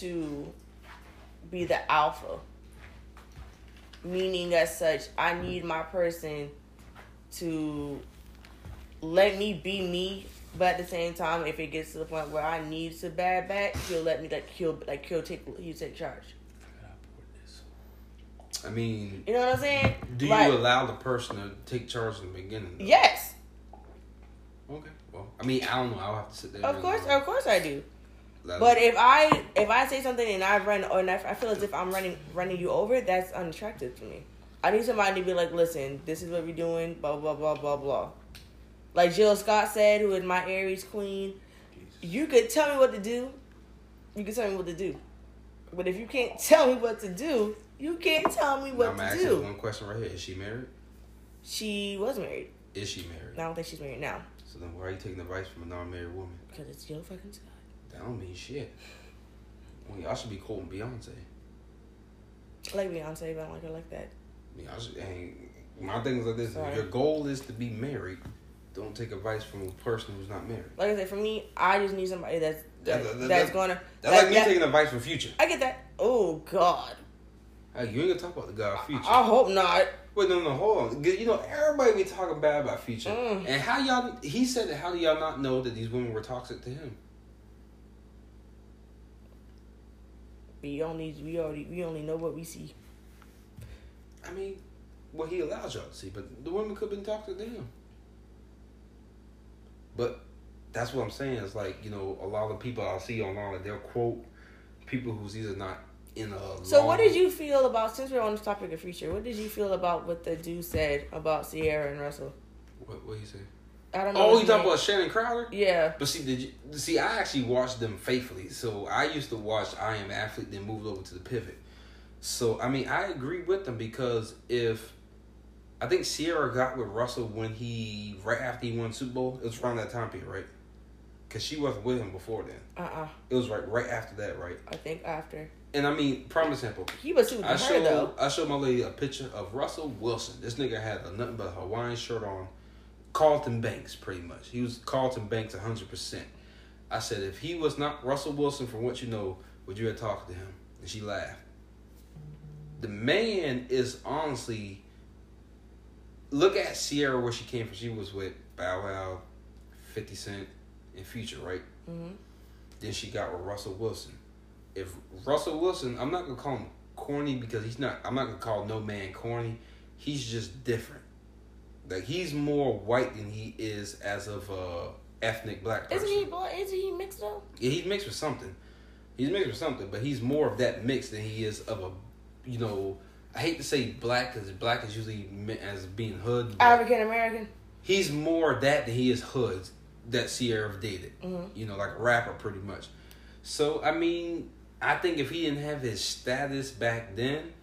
to be the alpha. Meaning, as such, I need my person to let me be me. But at the same time, if it gets to the point where I need to bad back, he'll let me like he'll like he'll take he'll take charge.
I mean,
You know what I'm saying?
do
Like,
you allow the person to take charge in the beginning? though?
Yes.
Okay. Well, I mean, I don't know. I'll have to sit there.
Of
and um,
course,
let
of course I do.
it-
But if I if I say something and I run or if I feel as if I'm running running you over, that's unattractive to me. I need somebody to be like, listen, this is what we're doing, blah blah blah blah blah. Like Jill Scott said, who is my Aries queen, you could tell me what to do, you can tell me what to do. But if you can't tell me what to do, you can't tell me what
I'm
to
asking
do.
one question right here: Is she married?
She was married.
Is she married?
I don't think she's married now
So then, why are you taking advice from a non-married woman?
because it's Jill fucking Scott.
That don't mean shit. Well, y'all should be quoting Beyonce.
I like Beyonce, but I don't like her like that.
I mean, y'all should, hey, my thing is like this:
Sorry.
If your goal is to be married, don't take advice from a person who's not married.
like I said, for me, I just need somebody that's that,
That- that-
that's
that-
gonna.
That's
that-
like me
that-
taking advice from Future.
I get that. Oh God,
Hey, you ain't gonna talk about the guy Future.
I hope not.
Wait, no, no, hold on. You know, everybody be talking bad about Future.
Mm.
And how y'all, he said that how do y'all not know that these women were toxic to him?
We only we already we only know what we see.
I mean, well, he allows y'all to see, but the women could have been toxic to him. But that's what I'm saying. It's like, you know, a lot of people I see online, like, they'll quote people who's either not in a.
So what
long-
did you feel about since we're on the topic of future? What did you feel about what the dude said about Sierra and Russell?
What, what you say?
I don't know.
Oh,
his
you talking
name.
about Shannon Crowder?
Yeah.
But see, did you see? I actually watched them faithfully. So I used to watch I Am Athlete, then moved over to the Pivot. So I mean, I agree with them because if I think Sierra got with Russell when he right after he won Super Bowl, it was around that time period, right? Because she wasn't with him before then.
Uh uh
It was right right after that, right?
I think after
And I mean, prime example.
he was suiting
I
her
showed
though.
I showed my lady a picture of Russell Wilson. This nigga had a nothing but a Hawaiian shirt on. Carlton Banks, pretty much. He was Carlton Banks 100%. I said, if he was not Russell Wilson, from what you know, would you have talked to him? And she laughed. The man is honestly. Look at Sierra where she came from. She was with Bow Wow, 50 Cent, and Future, right?
hmm
Then she got with Russell Wilson. If Russell Wilson, I'm not gonna call him corny because he's not. I'm not gonna call no man corny. He's just different. Like he's more white than he is as of a ethnic black person.
Isn't he blo- Isn't he mixed though?
Yeah, he's mixed with something. He's mixed with something, but he's more of that mix than he is of a, you know, I hate to say black because black is usually meant as being hood. but
African American.
he's more that than he is hoods that Sierra dated.
Mhm.
You know, like a rapper pretty much. So I mean, I think if he didn't have his status back then,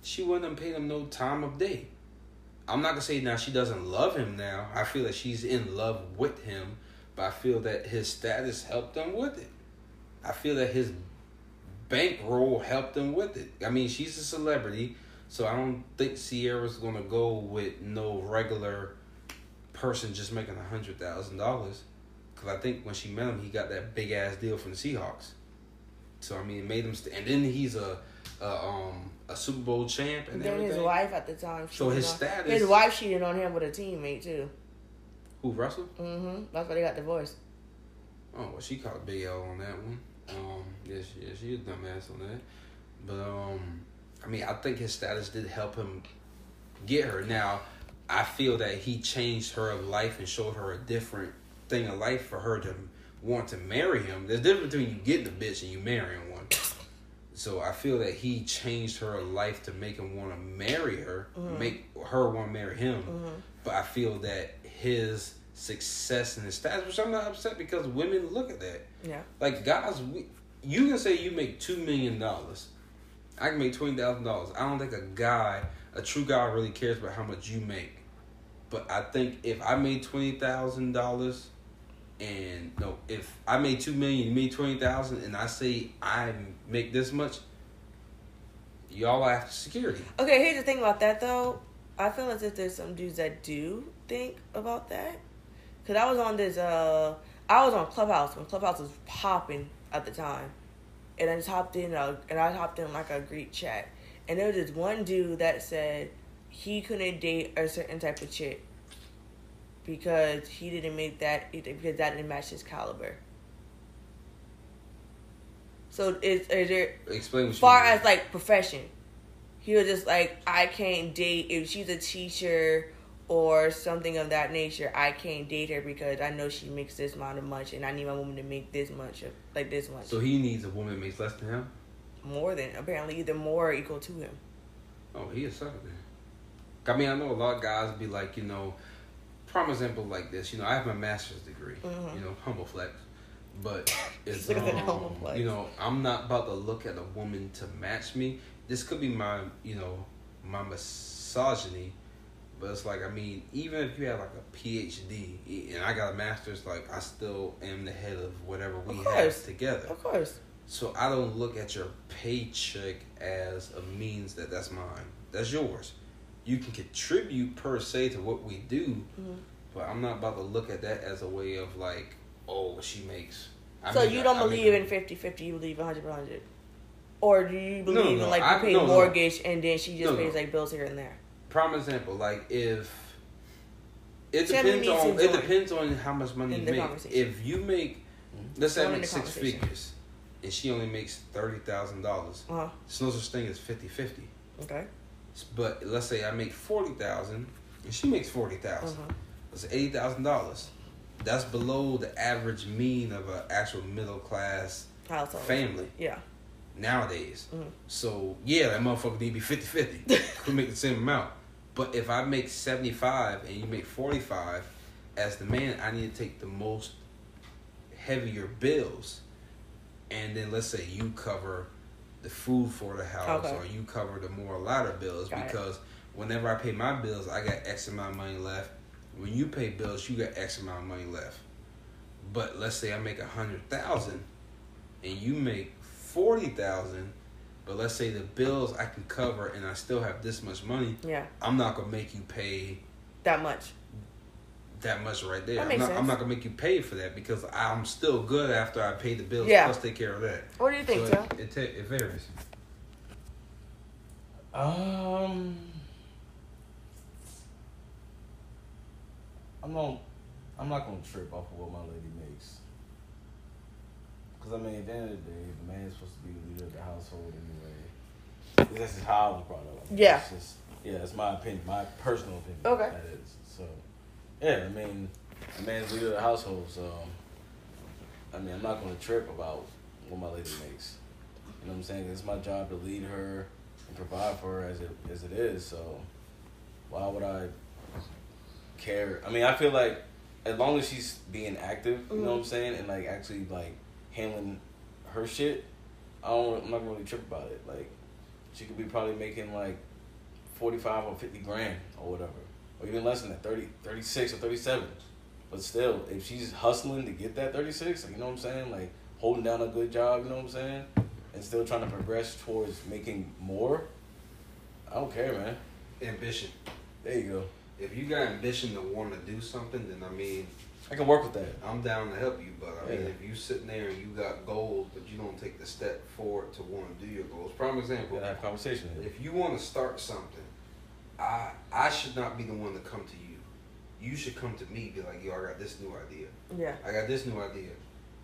she wouldn't have paid him no time of day. I'm not gonna say now she doesn't love him now. I feel that she's in love with him, but I feel that his status helped him with it. I feel that his bankroll helped them with it. I mean, she's a celebrity, so I don't think Sierra's gonna go with no regular person just making a hundred thousand dollars. Cause I think when she met him, he got that big ass deal from the Seahawks. So I mean, it made him. St- and then he's a, a um a Super Bowl champ and
Then
everything.
his wife at the time.
So his
cheated on-
status-
His wife cheated on him with a teammate too.
Who Russell?
Mm-hmm. That's why they got divorced.
Oh well, she caught a big L on that one. Um, yeah, she, yeah, she a dumbass on that. But um, I mean, I think his status did help him get her. Now, I feel that he changed her life and showed her a different thing of life for her to want to marry him. There's a difference between you getting a bitch and you marrying one. So I feel that he changed her life to make him want to marry her, make her want to marry him. But I feel that his success and his status, which I'm not upset because women look at that.
Yeah.
Like guys, we, you can say you make two million dollars. I can make twenty thousand dollars. I don't think a guy, a true guy, really cares about how much you make. But I think if I made twenty thousand dollars, and no, if I made two million, you made twenty thousand, and I say I make this much, y'all are after security.
Okay, here's the thing about that though. I feel as if there's some dudes that do think about that. Cause I was on this uh I was on Clubhouse when Clubhouse was popping at the time. And I just hopped in uh, and I hopped in like a Greek chat. And there was this one dude that said he couldn't date a certain type of chick because he didn't make that because that didn't match his caliber. So is is there
Explain what you
far
mean.
as like profession, he was just like, I can't date if she's a teacher or something of that nature. I can't date her because I know she makes this amount of much, and I need my woman to make this much, of, like this much,
So he needs a woman that makes less than him.
more than apparently either more or equal to him.
Oh, he is sucker then. I mean, I know a lot of guys be like, you know, prime example like this. You know, I have my master's degree.
Mhm.
You know, humble flex. But it's
Look at that
um,
humble flex.
you know, I'm not about to look at a woman to match me. This could be my, you know, my misogyny. But it's like, I mean, even if you have like a PhD e- and I got a master's, like I still am the head of whatever we have
course.
together.
Of course,
So I don't look at your paycheck as a means that that's mine. That's yours. You can contribute per se to what we do,
Mhm.
but I'm not about to look at that as a way of like, oh, she makes. I
so
make
you
a-
don't
I make
believe
a-
in 50-50, You believe one hundred percent. Or do you believe
no,
in like you
I-
pay
no, no.
mortgage and then she just
No, no.
pays like bills here and there?
Prime example, like if it
Tell me
depends
me to
on it
join
depends on how much money
in
you
the
make.
conversation. Mm-hmm.
If you make, let's say I
Join
make
the
six
conversation.
figures, and she only makes thirty thousand dollars.
Uh huh.
There's no such thing as 50-50.
Okay.
But let's say I make forty thousand and she makes forty
Uh
thousand.
huh.
That's eighty thousand dollars. That's below the average mean of an actual middle class
Household.
family
Yeah.
nowadays.
Mhm.
So yeah, that motherfucker need to be 50-50. we make the same amount. But if I make seventy five and you make forty five, as the man, I need to take the most heavier bills, and then let's say you cover the food for the house
Okay.
or you cover the more louder bills
Got it.
because whenever I pay my bills, I got X amount of money left. When you pay bills, you got X amount of money left. But let's say I make a hundred thousand, and you make forty thousand, but let's say the bills I can cover and I still have this much money.
Yeah.
I'm not gonna make you pay
That much.
that much right there.
That
I'm,
makes
not, I'm
sense.
not gonna make you pay for that because I'm still good after I pay the bills
Yeah.
plus take care of that.
What do you think,
so
Joe?
it, it, ta- it varies.
Um, I'm not. I'm not gonna trip off of what my lady makes. Cause I mean, at the end of the day, the man's supposed to be the leader of the household anyway. This is how I was brought up.
Yeah.
It's just, yeah, it's my opinion, my personal opinion.
Okay.
That is. So, yeah, I mean, the man's leader of the household. So, I mean, I'm not gonna trip about what my lady makes. You know what I'm saying? It's my job to lead her and provide for her as it as it is. So why would I care? I mean, I feel like as long as she's being active, you know what I'm saying, and like actually like handling her shit, I don't. I'm not gonna really trip about it. Like she could be probably making like forty five or fifty grand or whatever, or even less than that, 30, 36 or thirty seven. But still, if she's hustling to get that thirty six, like, you know what I'm saying, like holding down a good job, you know what I'm saying and still trying to progress towards making more, I don't care, man.
Ambition.
There you go.
If you got ambition to want to do something, then I mean,
I can work with that.
I'm down to help you. But I mean,
Yeah.
if you sitting there and you got goals, but you don't take the step forward to want to do your goals. Prime
We
example.
gotta have conversation.
If you want to start something, I I should not be the one to come to you. You should come to me. Be like, yo, I got this new idea.
Yeah.
I got this new idea.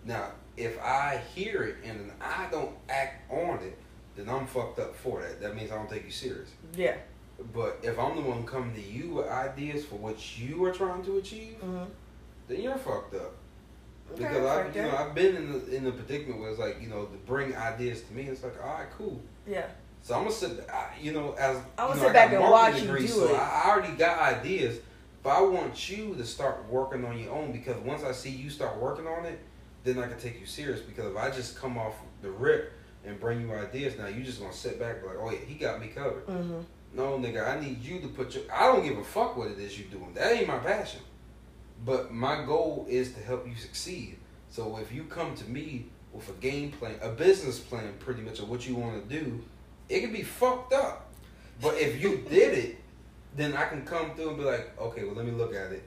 Now, if I hear it and then I don't act on it, then I'm fucked up for that. That means I don't take you serious.
Yeah.
But if I'm the one coming to you with ideas for what you are trying to achieve,
Mm-hmm.
then you're fucked up.
Okay,
Because I,
fucked
you know,
up.
I've been in the, in the predicament where it's like, you know, to bring ideas to me, it's like, all right, cool.
Yeah.
So I'm gonna sit, I, you know, as
I
you
would
know,
sit
got
back and
marketing
watch you do
so
it.
I I already got ideas, but I want you to start working on your own because once I see you start working on it, then I can take you serious. Because if I just come off the rip and bring you ideas, now you just gonna sit back and be like, oh yeah, he got me covered.
Mm-hmm.
No, nigga, I need you to put your. I don't give a fuck what it is you doing. That ain't my passion. But my goal is to help you succeed. So if you come to me with a game plan, a business plan, pretty much of what you want to do, it could be fucked up. But if you did it, then I can come through and be like, okay, well, let me look at it.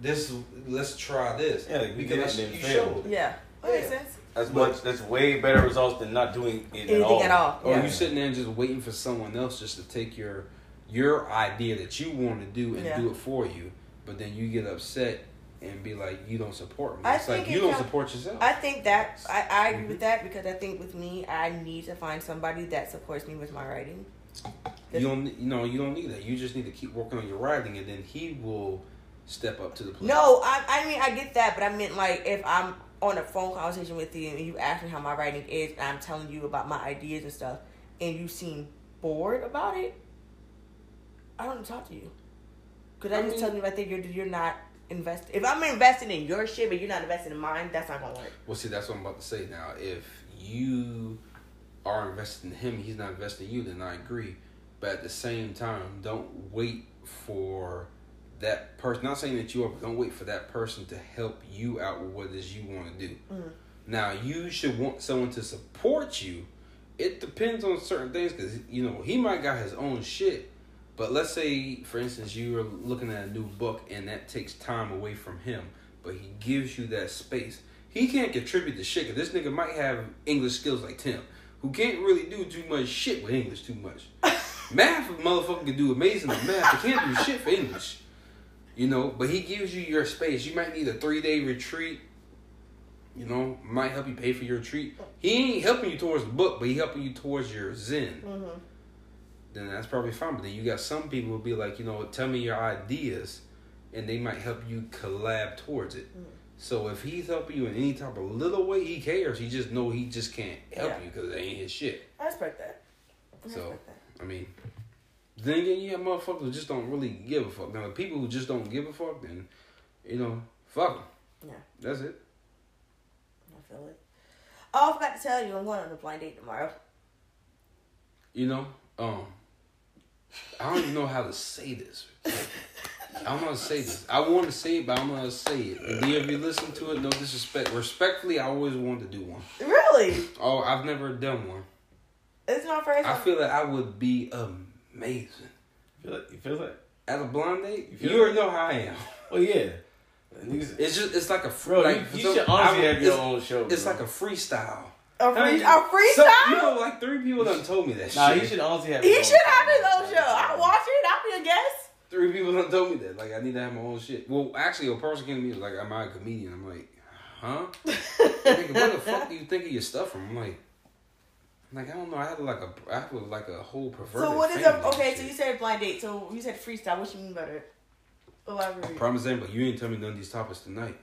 This, let's try this.
Yeah, like, we did
because
it
you
and failed.
showed it.
Yeah. That makes
Yeah.
sense.
That's much. That's way better results than not doing it
Anything
at all.
at all.
Or
Yeah.
you sitting there and just waiting for someone else just to take your your idea that you want to do and
Yeah.
do it for you, but then you get upset and be like, you don't support me.
I
it's like
think
you
it
don't
com-
support yourself.
I think that I, I agree with that because I think with me, I need to find somebody that supports me with my writing.
you don't. You know, you don't need that. You just need to keep working on your writing, and then he will step up to the plate.
No, I, I mean I get that, but I meant like if I'm on a phone conversation with you and you ask me how my writing is, and I'm telling you about my ideas and stuff, and you seem bored about it, I don't talk to you. Cause I,
I
just
mean-
tell you right there you're you're not invested. If I'm investing in your shit, but you're not investing in mine, that's not gonna work.
Well, see, that's what I'm about to say now. If you are invested in him, he's not invested in you, then I agree. But at the same time, don't wait for that person. Not saying that you are, but don't wait for that person to help you out with what it is you want to do. Now, you should want someone to support you. It depends on certain things because, you know, he might got his own shit. But let's say, for instance, you are looking at a new book and that takes time away from him, but he gives you that space. He can't contribute to shit 'cause this nigga might have English skills like Tim, who can't really do too much shit with English too much. math, motherfucker, can do amazing with math, but can't do shit for English. You know, but he gives you your space. You might need a three day retreat. You know, might help you pay for your retreat. He ain't helping you towards the book, but he helping you towards your zen then that's probably fine. But then you got some people who be like, you know, tell me your ideas, and they might help you collab towards it. So if he's helping you in any type of little way, he cares. He just know he just can't help
Yeah.
you because it ain't his shit.
I respect that. I
So
respect
I mean, then again, yeah, motherfuckers who just don't really give a fuck. Now the people who just don't give a fuck, then you know, fuck 'em.
Yeah.
that's it.
I feel it. Oh, I forgot to tell you, I'm going on a blind date tomorrow.
You know, um, I don't even know how to say this. I'm gonna say this. I want to say it, but I'm gonna say it. Do you ever listen to it? No disrespect. Respectfully, I always wanted to do one.
Really?
Oh, I've never done one.
It's my first
I
one.
feel that I would be amazing
Feel it? You feel that?
at a blind date.
feel
You already know how I am.
Well, Oh, yeah. Niggas-
It's just it's like a free.
Bro,
like,
you, you
so-
should honestly
I-
have your
it's-
own show.
It's
bro.
like a freestyle.
a,
I
free,
mean,
a freestyle?
so- you know, like three people done told me that.
Nah,
shit.
he should honestly have.
he
own
should have his
show.
own show. I'll watch it. I'll be a guest.
Three people done told me that. Like, I need to have my own shit. Well, actually, a person came to me like, "Am I a comedian?" I'm like, "Huh?" Nigga, where the fuck do you think of your stuff from? I'm like, I'm like I don't know. I have like a, I have like a whole perverted.
So what is
family
a okay?
and
So you
shit.
said blind date. So you said freestyle. What you mean by that? Oh, Elaborate.
Promise them, but you ain't tell me none of these topics tonight.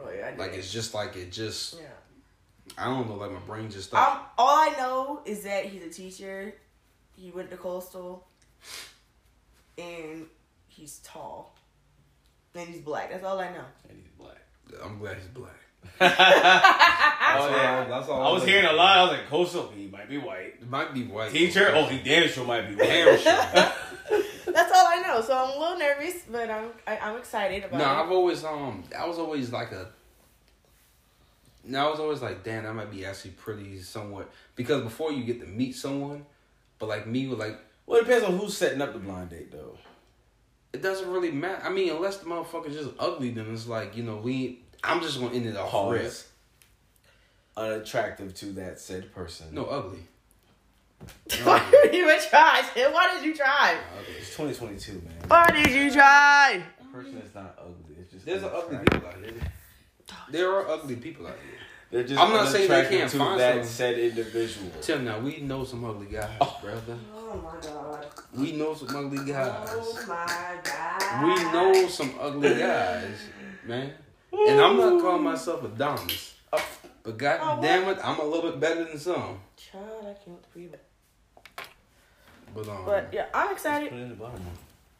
Oh, yeah, I did.
Like it's just like it just.
yeah.
I don't know. Like my brain just
Um,
stopped.
all I know is that he's a teacher. He went to Coastal, and he's tall, and he's black. That's all I know.
And he's black.
I'm, glad he's black.
Oh yeah.
that's
I was hearing a lot. I was like, Coastal, he might be white.
It might be white
Teacher, oh, he damn sure might be
Damn
white.
sure.
That's all I know. So I'm a little nervous, but I'm I, I'm excited about
No, I've
it.
always um, I was always like a Now I was always like, damn, that might be actually pretty somewhat because before you get to meet someone, but like me, with like
Well, it depends on who's setting up the blind date, though.
it doesn't really matter. I mean, unless the motherfucker's just ugly, then it's like you know we. ain't- I'm just gonna end it off
Pause.
rip.
Unattractive to that said person.
No ugly.
Why did you even try? Sid? Why did you try?
it's 2022, man.
Why did you try?
A person is not ugly. It's just
There's a ugly
unattractive.
people out here. There are ugly people out here.
They're just
I'm not saying they
unattractive
can't
to
find
that
someone.
said individual.
Tell now we know some ugly guys, brother.
Oh my god. Oh
We know some ugly guys.
my god.
We know some ugly guys, man. And I'm not calling myself Adonis, but god damn it, I'm a little bit better than some.
Child, I can't breathe.
But um,
But yeah, I'm
Put it
excited.
in the bottom one.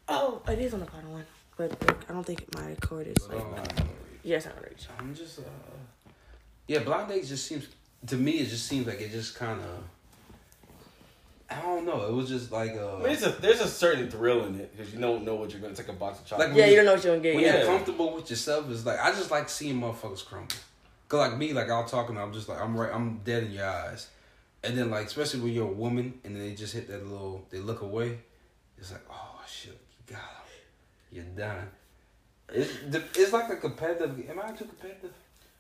Oh, it is on the bottom one. But like, I don't think my cord is
but,
like.
um,
Yes, I'm reach.
I'm just uh, yeah. Blind dates just seems to me. It just seems like it just kind of. I don't know. It was just like uh,
I mean, it's a, there's a certain thrill in it because you don't know what you're gonna take a box of chocolate.
Like,
Yeah, you don't know what you're gonna get.
when
Yeah.
you're comfortable with yourself is like I just like seeing motherfuckers crumble. Cause like me, like I'll talk and I'm just like I'm right, I'm dead in your eyes, and then like especially when you're a woman and then they just hit that little, they look away, it's like oh shit, you got 'em. you're done. It's it's like a competitive. Am I too competitive?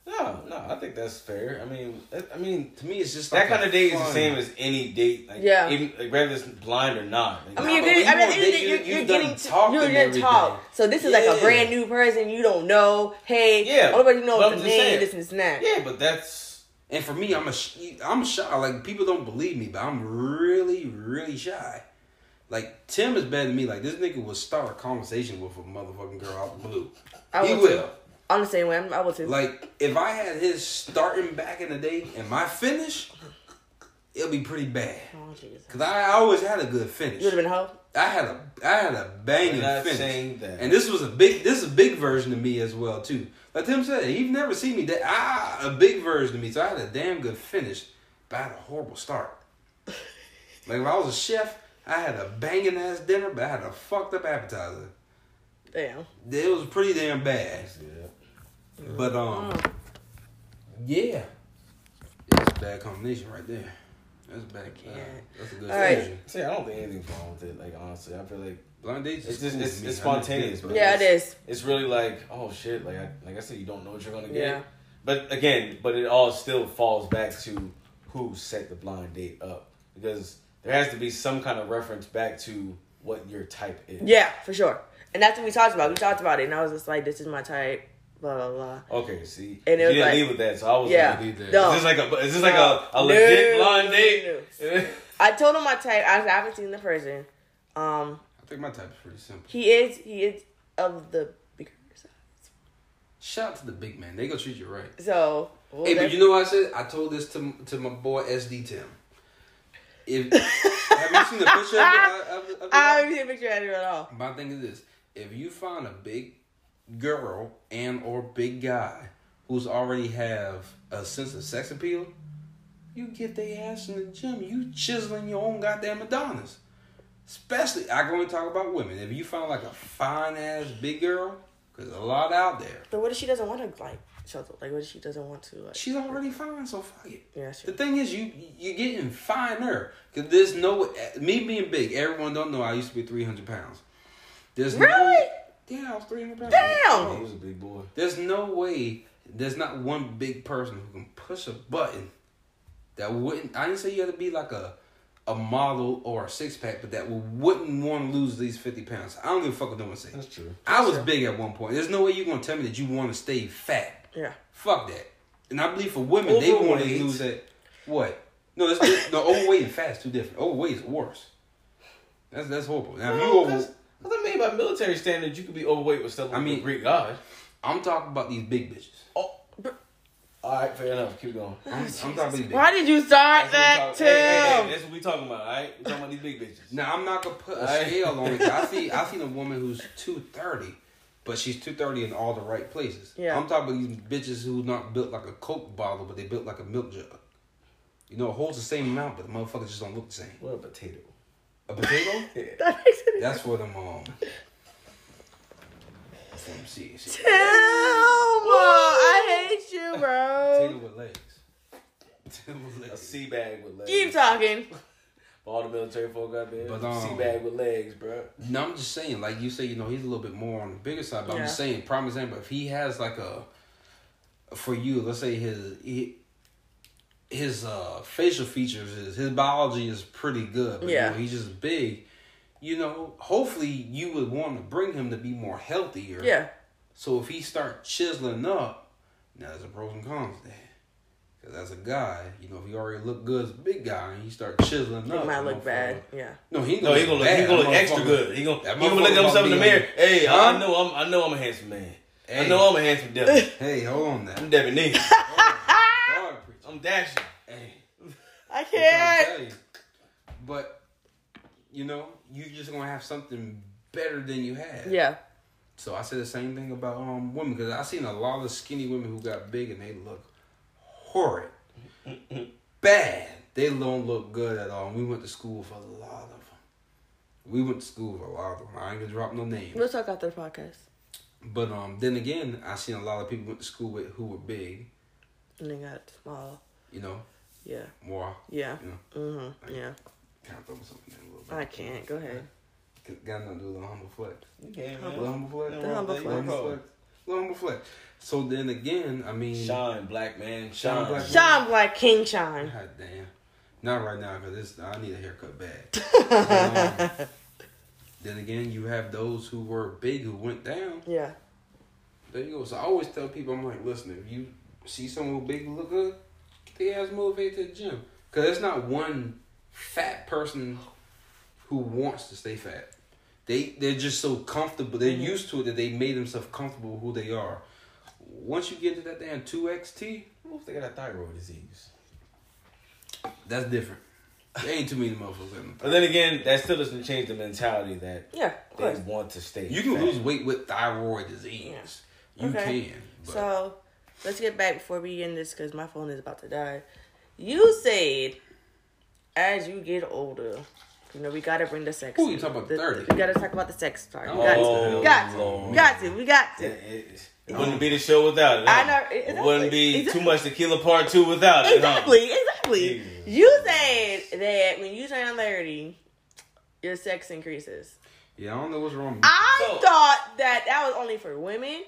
no, no, I think that's fair. I mean, that- I mean
To me, it's just
that
like
kind
a
of date is the
fun-
same as any date. Like,
Yeah.
even like, whether it's blind or not. Like,
I mean, you're
Nah, but
getting. I mean,
when
at the
you
end of the
on date,
day,
you-
you're, you're
you've done
getting.
talked
you're
and
getting
everything.
talk. So this is like
Yeah.
a brand new person. You don't know. Hey,
Yeah,
All nobody
but
knows
I'm
the
just
name.
saying.
This and this and that.
yeah, but that's
And for me, I'm a sh- I'm shy. Like people don't believe me, but I'm really really shy. Like Tim is better than me. Like this nigga will start a conversation with a motherfucking girl out the blue.
I
he
would
will.
I'm the same way. I'm, I will too.
Like if I had his starting back in the day and my finish, it'll be pretty bad.
Oh, Jesus.
Cause I always had a good finish.
You would have been hoe.
I had a I had a banging
We're not
finish.
saying that.
And this was a big this is a big version of me as well too. Like Tim said, he've never seen me that ah a big version of me. So I had a damn good finish, but I had a horrible start. like if I was a chef, I had a banging ass dinner, but I had a fucked up appetizer.
Damn.
It was pretty damn bad.
yeah.
But um
Mm.
Yeah. That's a bad combination right there. That's a bad
Yeah.
That's a good
All right.
fusion.
See, I don't think anything's wrong with it. Like honestly, I feel like
Blind dates
It's
is
just-
cool
it's-
to me.
it's
I never did
spontaneous,
it,
bro.
but-
Yeah, it is.
it's really like oh shit. Like I, like I said, you don't know what you're gonna get.
Yeah.
But again, but it all still falls back to who set the blind date up because there has to be some kind of reference back to what your type is.
Yeah, for sure. And that's what we talked about. We talked about it, and I was just like, "This is my type." Blah blah blah.
Okay, see,
And it
you
was
didn't
like-
leave with that, so I was
Yeah.
like, is
No.
this like a is this like a,
No.
a legit
No.
blind date?
I told him my type. I I haven't seen the person. Um,
I think my type is pretty simple.
he is he is of the bigger side.
Shout out to the big man. They gonna treat you right.
So. well,
hey, but
Oh, that's-
you know what I said? I told this to to my boy SD Tim. If have you seen the picture of, of, of, of
I haven't seen a picture of it at all.
My thing is this: if you find a big girl and or big guy who's already have a sense of sex appeal, you get their ass in the gym. You chiseling your own goddamn Adonis. Especially, I go and talk about women. If you find like a fine ass big girl, because a lot out there.
But what if she doesn't want to like shelter? Like what if she doesn't want to like?
She's already fine, so fuck it.
Yeah,
The
sure.
thing is, you you're getting finer because there's no me being big. Everyone don't know I used to be three hundred pounds. There's
Really?
No, yeah, I was three hundred pounds.
Oh, he
Damn.
was a big boy.
There's no way. There's not one big person who can push a button that wouldn't. I didn't say you had to be like a a model or a six pack, but that wouldn't want to lose these fifty pounds. I don't give a fuck what no one says.
That's true.
I was big at one point. There's no way you're gonna tell me that you want to stay fat.
Yeah.
Fuck that. And I believe for women, they want to
Overweight.
lose that. What? No, that's just, no overweight and fat is too different. Overweight is worse. That's that's horrible. Now, if you
No,
over,
that's- that's what I mean by military standards. You could be overweight with stuff.
I
I
mean-
mean, Greek god.
I'm talking about these big bitches.
Oh, all right, fair enough. Keep going.
I'm, I'm talking about these big.
Why did you start that
That's
too?
what we talk- hey, hey, hey, that's what we talking about. All right, we talking about these big bitches.
Now I'm not gonna put a
Right.
scale on it. 'cause I see I seen a woman who's two thirty, but she's two thirty in all the right places.
Yeah.
I'm talking about these bitches who not built like a Coke bottle, but they built like a milk jug. You know, it holds the same amount, but the motherfuckers just don't look the same.
What a potato.
A potato?
That makes it
That's for them um. That's for them serious shit.
Damn. I hate you, bro.
Taylor with legs. Taylor with
A
legs.
sea bag with legs.
Keep talking.
All the military folk out there.
But, um,
sea bag with legs, bro.
No, I'm just saying, like you say, you know, he's a little bit more on the bigger side, but I'm just
Yeah.
saying, prime example, if he has like a, for you, let's say his he, his uh facial features is his biology is pretty good, but
Yeah.
you know, he's just big. You know, hopefully you would want to bring him to be more healthier.
Yeah.
So if he start chiseling up, now there's a pros and cons there. Cause as a guy, you know, if he already look good as a big guy and he start chiseling
It
up,
might
that
look
motherfucker-
bad. Yeah.
No, he
No, he gonna look, he
bad.
gonna look
That
extra
motherfucker-
good. He gonna,
that
he gonna look at
motherfucker
himself in the
about to
mirror.
be on-
Hey,
Huh?
I know I'm, I know I'm a handsome man. I
Hey.
know I'm a handsome devil.
Hey, hold on now.
I'm debonair.
Ah,
Dog preacher.
I'm dashing.
Hey,
I
I'm
can't.
tell you. But you know, you just gonna have something better than you had.
Yeah.
So I say the same thing about um women because I seen a lot of skinny women who got big and they look horrid, bad. They don't look good at all. And we went to school for a lot of them. We went to school for a lot of them. I ain't gonna drop no names.
We'll talk after the podcast.
But um, then again, I seen a lot of people went to school with who were big.
And they got small.
You know,
Yeah.
more.
Yeah.
You know,
Mm-hmm. Yeah.
kind of throw something in a little bit.
I can't. Go ahead.
Got nothing to do with the humble flex.
Yeah,
Little humble flex.
The humble
Little humble
flex.
flex. Little humble flex. So then again, I mean,
Shine, black man, shine.
Shine, black man.
Shine like King Shine.
God damn. Not right now because I need a haircut bad. Um, then again, you have those who were big who went down.
Yeah.
There you go. So I always tell people, I'm like, listen, if you see someone who big who look good, get their ass motivated to the gym. Cause it's not one fat person who wants to stay fat. They they're just so comfortable. They're used to it that they made themselves comfortable with who they are. Once you get into that damn two XT,
What if they got a thyroid disease?
that's different. There ain't too many motherfuckers. In
But then again, that still doesn't change the mentality that
Yeah. Of
they
course.
want to stay.
You can
fat.
lose weight with thyroid disease. You
Okay.
can. But
So let's get back before we end this because my phone is about to die. You said as you get older, you know, we gotta bring the sex.
Ooh, you talking about
the-
30.
We gotta talk about the sex part. We got
Oh,
to. We got to.
Lord.
We got to. We got
It,
to.
it- it wouldn't be the show without it. huh?
I know, it-
It wouldn't be
exactly.
too much Tequila Part Two without it. huh?
Exactly. Exactly.
Jesus.
You said that when you turn 30, your sex increases.
yeah, I don't know what's wrong.
I
So-
thought that that was only for women.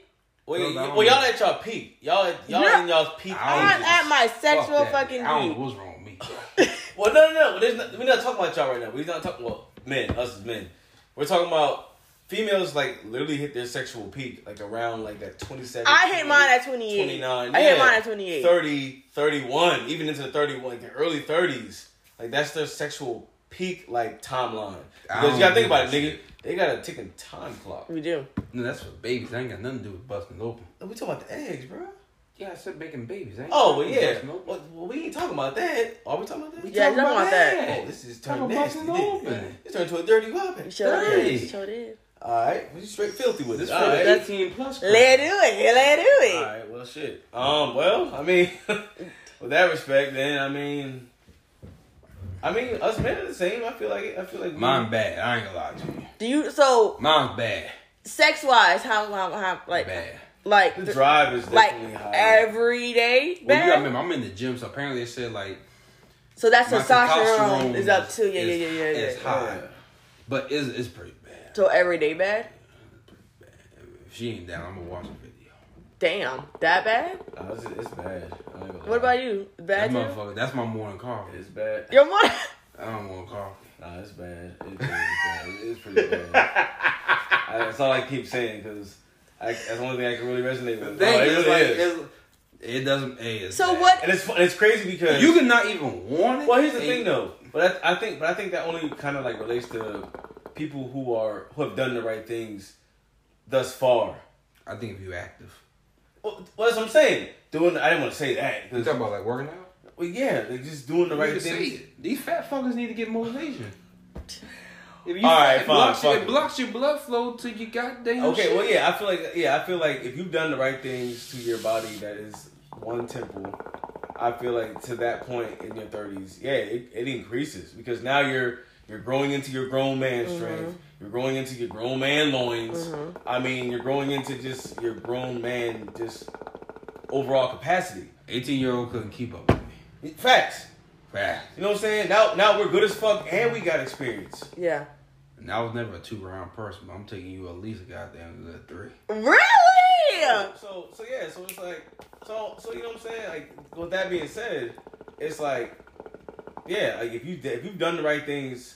Well, y-
No, no,
well, y'all
no.
at y'all peak. Y'all, at- y'all
Yeah.
in y'all's peak.
I
I'm
ages.
at my
Fuck
sexual
that.
fucking
I don't know
peak.
what's wrong with me.
Well, no, no, no. There's not, we're not talking about y'all right now. We're not talking well, men, us as men. We're talking about females like literally hit their sexual peak like around like that 27.
I hit mine at 28.
29.
I hit
yeah,
mine at 28.
30, 31, even into the 31, like the early 30s. Like that's their sexual peak like timeline.
I
Because you
don't
gotta
do
think about it,
that
nigga. They got a ticking time clock.
We do.
No, that's for babies. I ain't got nothing to do with busting open.
No, We talking about the eggs, bro.
Yeah, I said making babies. I ain't
Oh
got
well,
nothing to do with
yeah.
busting open.
Well, well, we ain't talking about that. Are we talking about that?
Yeah, talking about that.
Oh, this is turned
Talking
nasty.
about
didn't
the
it?
open.
It's turned to a dirty weapon.
We sure
Hey.
did. We sure did.
All right, we straight filthy with
This
it.
for
All right.
the 18 plus. crowd.
Let do it. Let do
All
it.
right. Well, shit. Um. Well, I mean, with that respect, then I mean, I mean, us men are the same. I feel like I feel like we-
Mine bad. I ain't gonna lie to you.
Do you so
Mine's bad.
sex wise? How long? How like
Bad.
like
The drive is
like
definitely high.
every day?
Well, you gotta
better?
remember, I'm in the gym, so apparently it said like
so that's
my
testosterone
testosterone
is up too. Yeah, yeah,
is-
yeah, yeah.
is
yeah.
high,
Yeah.
but it's it's pretty bad.
So every day bad?
If she ain't down, I'm gonna watch a video.
Damn, that bad?
Nah, it's, it's bad. I ain't gonna lie.
What about you?
That
Bad too?
motherfucker. That's my morning coffee.
It's bad.
Your mother?
I don't want coffee.
Nah, it's bad. It's bad. It's pretty bad. I, that's all I keep saying because that's the only thing I can really resonate with.
Thank
No,
you.
it
It's
really
like-
is.
it's- it doesn't. Hey, it's
So
bad.
what?
And it's fu- it's crazy because
You can not even want it.
Well, here's the
and-
thing though, but I, I think but I think that only kind of like relates to people who are who have done the right things thus far.
I think if you active,
Well, well, that's what I'm saying. Doing I didn't want to say that
you
'cause-
talking about like working out.
well, yeah, like just doing the
You
right
can say
things.
it. These fat fuckers need to get motivation. If you
All right,
it
fine,
blocks you-
fuck
it
it.
blocks your blood flow to your goddamn.
Okay,
Oh, shit.
well, yeah, I feel like yeah, I feel like if you've done the right things to your body, that is one temple. I feel like to that point in your 30s, yeah, it, it increases because now you're you're growing into your grown man strength. You're growing into your grown man loins. I mean, you're growing into just your grown man just overall capacity.
18 year old couldn't keep up with me.
Facts.
Fast.
You know what I'm saying? Now, now we're good as fuck, and we got experience.
Yeah.
And I was never a two round person, but I'm taking you at least a goddamn good three.
Really?
So, so yeah. So it's like, so, so you know what I'm saying? Like, with that being said, it's like, yeah. Like if you did- if you've done the right things,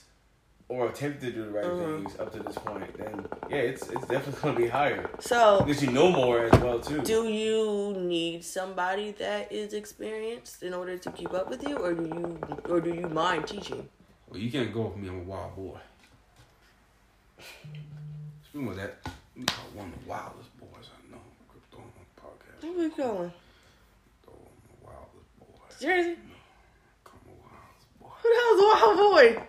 or attempted to do the right things up to this point, then yeah, it's it's definitely gonna be higher
So,
because you know more as well too.
do you need somebody that is experienced in order to keep up with you, or do you, or do you mind teaching?
Well, you can't go with me. I'm a wild boy. Speaking of that, we are one of the wildest boys I know. Crypto on the podcast.
Where we going?
Crypto on the wildest boy.
Jersey.
Come on, wildest
Who
boy.
the hell's a wild boy?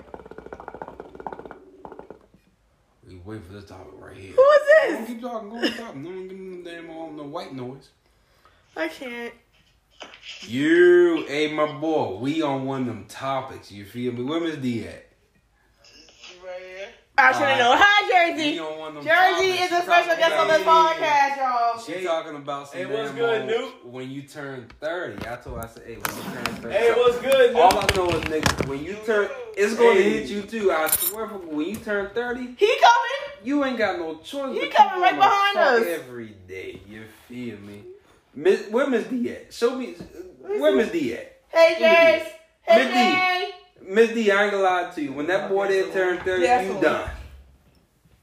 We wait for this topic right here.
Who is
Don't
this?
keep talking. Go on top. No one give them damn all no white noise.
I can't.
You, hey, my boy, we on one of them topics. You feel me? Where Miss D at?
I should
Uh,
have known. Hi, Jersey.
We on one of them
Jersey is
topics.
a special guest on this podcast, y'all.
She talking about some
Hey, what's
damn
good,
old-
Nuke?
when you turn 30. I told her, I said, hey, when you turn 30.
Hey, what's good?
All
man?
I know is, nigga, when you turn, it's going
Hey.
to hit you too. I swear, but when you turn 30,
He coming?
you ain't got no choice.
He
but
coming
you
right
wanna
behind
fuck
us.
Every day, you feel me? Miss, where Miss D at? Show me, where Miss D at?
Hey, Jers. Hey,
Mindy.
Jay.
Miss D, I ain't gonna lie to you. When that boy there turned 30,
Yeah,
you
absolutely.
done.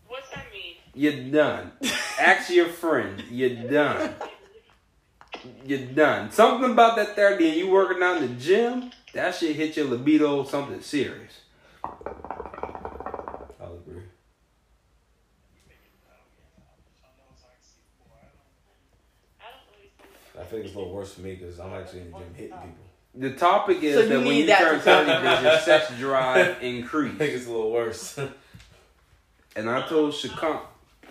What's that mean?
You're done. Ask your friend. You're done. You're done. Something about that 30 and you working out in the gym, that shit hit your libido something serious. I'll agree.
I don't really think
I feel like it's a little worse for me because I'm actually in the gym hitting people.
The topic is
So you
that when
need
you
that
turn
to-
30, does your sex drive
I think
increase?
it's a little worse.
And I told Shakam,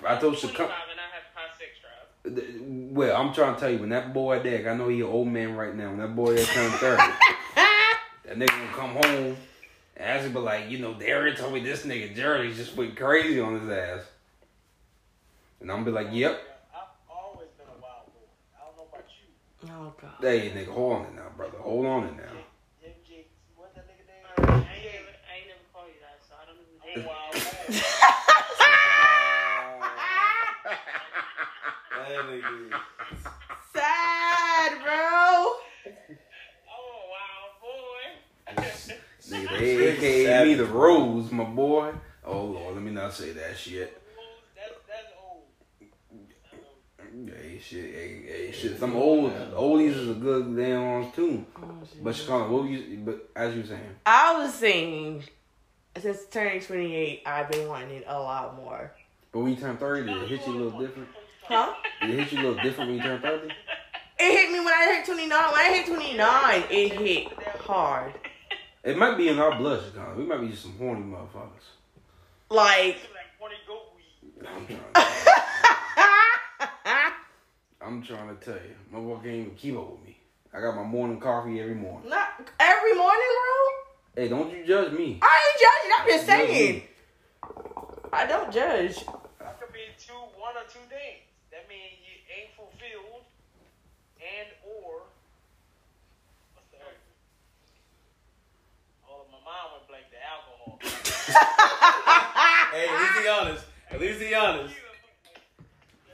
I told
25
Shakam,
and I have high sex drive.
well, I'm trying to tell you, when that boy there, I know he an old man right now, when that boy there turned 30, that nigga gonna come home and ask me, but like, you know, Darren told me this nigga Jerry just went crazy on his ass. And I'm gonna be like, yep.
I've always been a wild boy. I don't know about you.
Oh, God.
Hey, nigga, hold on it now, brother. Hold on it now.
MJ, what that nigga name?
I ain't never, I ain't never called you that, so I don't know who they
Wild man.
Sad, bro.
Oh, wow, boy.
Nigga, they AKA me the Rose, my boy. Oh, Lord, let me not say that shit.
That's, that's old.
Hey shit, hey, hey shit. Some old oldies is a good damn on tune. But Chicago, what you? But as you were saying,
I was saying, since turning 28, I've been wanting it a lot more.
but when you turn thirty, did it hit you a little different?
Huh?
Did it hit you a little different when you turn thirty?
It hit me when I hit 29. When I hit 29, it hit hard.
It might be in our blood, Chicago. We might be just some horny motherfuckers.
Like,
Like, want to go weed.
I'm trying. To, I'm trying to tell you, my boy can't even keep up with me. I got my morning coffee every morning.
not every morning, bro.
Hey, don't you judge me.
I ain't judging. I'm just
Judge me.
saying. I don't judge.
That could be two, one or two things. That means you ain't fulfilled and or. What's the other? Oh, my mind went blank. The alcohol.
Hey, at least be honest. At least be honest.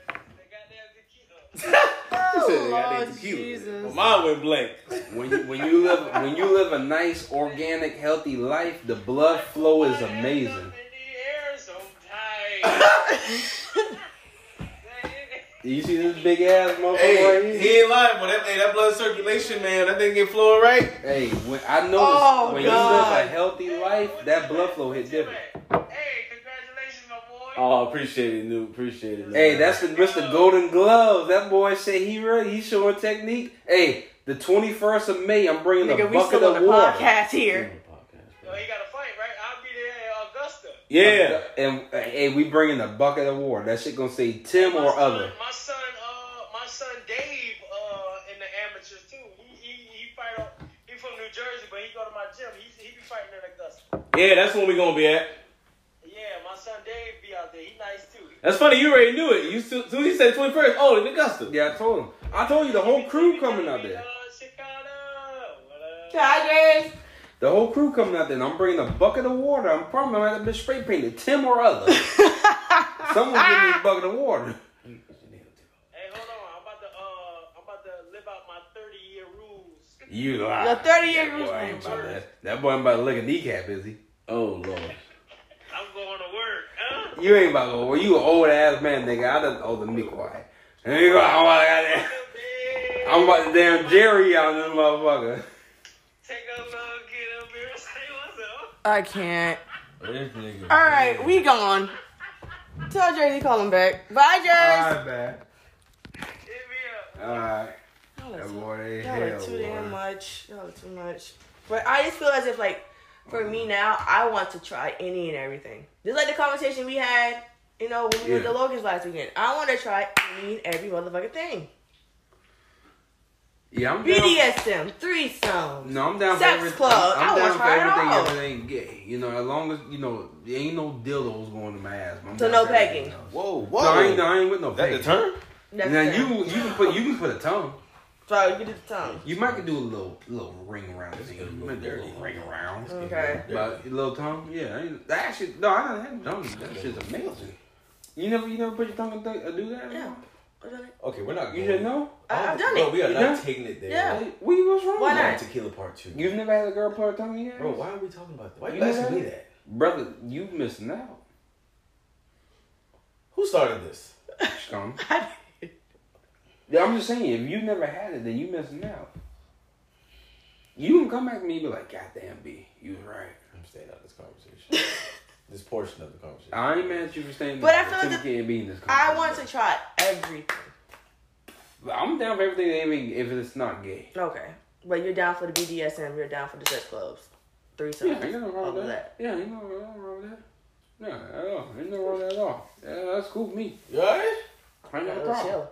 They got their tequila.
Oh,
Goddamn
Lord
tequila. Well,
Jesus.
mine went blank.
When you, when you live when you live a nice, organic, healthy life, the blood flow is amazing.
in the air so tight.
You see this big ass motherfucker right
Hey,
here?
he ain't lying, but that, hey, that blood circulation, man, that thing get flowing right.
Hey, when, I know
Oh,
when
God.
you live a healthy life, that blood flow hit different.
Hey, congratulations, my boy.
Oh, appreciate it, dude. Appreciate it.
Hey, that's the Mr. Golden Glove. That boy said he ready. He showing technique. Hey, the twenty first of May, I'm bringing a
Nigga, we
bucket
still on
of
the
water.
podcast here.
Yo, he got a fight, right? I'll be there in Augusta.
Yeah.
And uh, hey, we bringing a bucket of water. That shit gonna say Tim
My
or
son-
other.
My son, uh, my son Dave, uh, in the amateurs too. He he he fight. On, he from New Jersey, but he go to my gym. He he be fighting in Augusta.
Yeah, that's when we gonna be at.
Yeah, my son Dave be out there. He nice too. He
That's funny. You already knew it. You soon soon as you said twenty first. Oh, it's Augusta.
Yeah, I told him. I told you the whole crew coming out there.
uh, Chicago. What up?
Tigers.
The whole crew coming out there. And I'm bringing a bucket of water. I'm probably gonna have that bitch spray painted, Tim or other. Someone give me a bucket of water.
Hey, hold on. I'm about to uh, I'm about to live out my 30 year rules.
You lie.
The 30 year
Boy, I
rule.
ain't about that. That boy ain't about to lick a kneecap, is he?
Oh lord.
I'm going to work. Huh?
You ain't about to. Well, you an old ass man, nigga. I done. Oh, the me quiet. Let me go. I'm about to, goddamn-
Babe,
I'm about to damn Jerry out this motherfucker.
Take a look, get up here, say what's up.
I can't.
This nigga.
All right, we gone. Tell Jersey call him back. Bye, Jersey.
Alright, man.
Hit me up.
Alright.
Y'all are
That
too-
boy, they
Y'all are
hell,
too damn
boy.
much. Y'all are too much. But I just feel as if like for me now, I want to try any and everything. Just like the conversation we had, you know, when we went to
Yeah.
Logan's last weekend. I want to try any and every motherfucking thing.
Yeah, I'm down.
BDSM, threesomes.
No, I'm down
Sex
for everything.
club.
I'm, I'm
I
down
wanna
for
try it
everything
all.
that ain't gay. You know, as long as you know, there ain't no dildos going to my ass. but I'm
So
down
no
for everything
pegging.
else.
Whoa, whoa.
No, I ain't, no, I ain't with no
that
pegging.
the term?
That's
now
it.
you you can put you can put a tongue.
So you get the tongue.
You might could do a little little ring around thing. You might do a little ring around.
Okay.
But a little tongue, yeah. I ain't- That shit, no, I don't have tongue. That shit's amazing. You never, you never put your tongue in th- uh, do that.
Yeah.
Okay, we're not.
You
going- Oh,
should know.
I- I've done
Bro,
it.
we are
You
not
done?
taking it there.
Yeah.
Hey, What you what's wrong?
Why
with
not?
that?
Tequila part two.
You've never had a girl put her tongue in your ass?
Bro, why are we talking about that? Why
You
you asking
know
me
that?
that?
brother, you missing out.
Who started this?
Scum. Yeah, I'm just saying, if you never had it, then you missing out. You can come back to me and be like, God damn, B, you was right.
I'm staying out of this conversation. this portion of the conversation.
I ain't mad at you for staying
But I feel like
certificate and being in this
I
conversation.
want to try everything.
I'm down for everything, that ain't even if it's not gay.
Okay. But you're down for the BDSM, you're down for the sex clubs.
Yeah,
Threesomes.
ain't nothing
all
wrong
of
with
that.
that. Yeah, ain't nothing wrong wrong with that. No, at all. Ain't nothing wrong with that at all. Yeah, that's cool with me.
You alright?
Ain't no
That was
problem.
chill.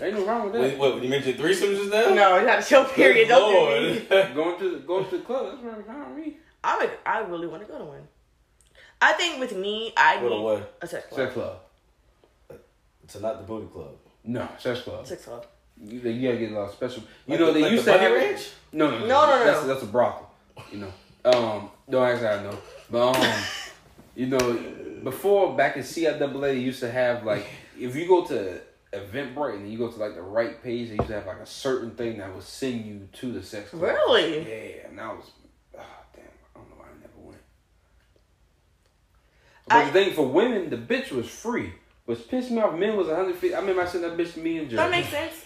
Ain't no wrong with
Wait,
that.
what? You mentioned threesomes just now?
No, it's not a chill period.
Good
Don't do
Lord.
me.
Going to going to the club, that's perfectly fine with me.
I would. I really want to go to one. I think with me, I
Go to
need
what?
a sex club.
Sex club.
To not the booty club.
No, sex club.
Sex club.
You, you gotta get a lot of special. You
Like
know
the-
they
like
used
the
to
Bunny
have
Ranch?
No, no,
No,
no,
no, no.
That's, that's a brothel. You know, um, don't ask how I know, but um, you know, before back in CIAA, they used to have like if you go to Eventbrite and you go to like the right page, they used to have like a certain thing that would send you to the sex club.
Really?
Yeah, and I was, oh, damn, I don't know why I never went. But
I-
the thing for women, the bitch was free. Which pissed me off. Men was 150. I remember I sent that bitch to me and Jerry.
That makes sense.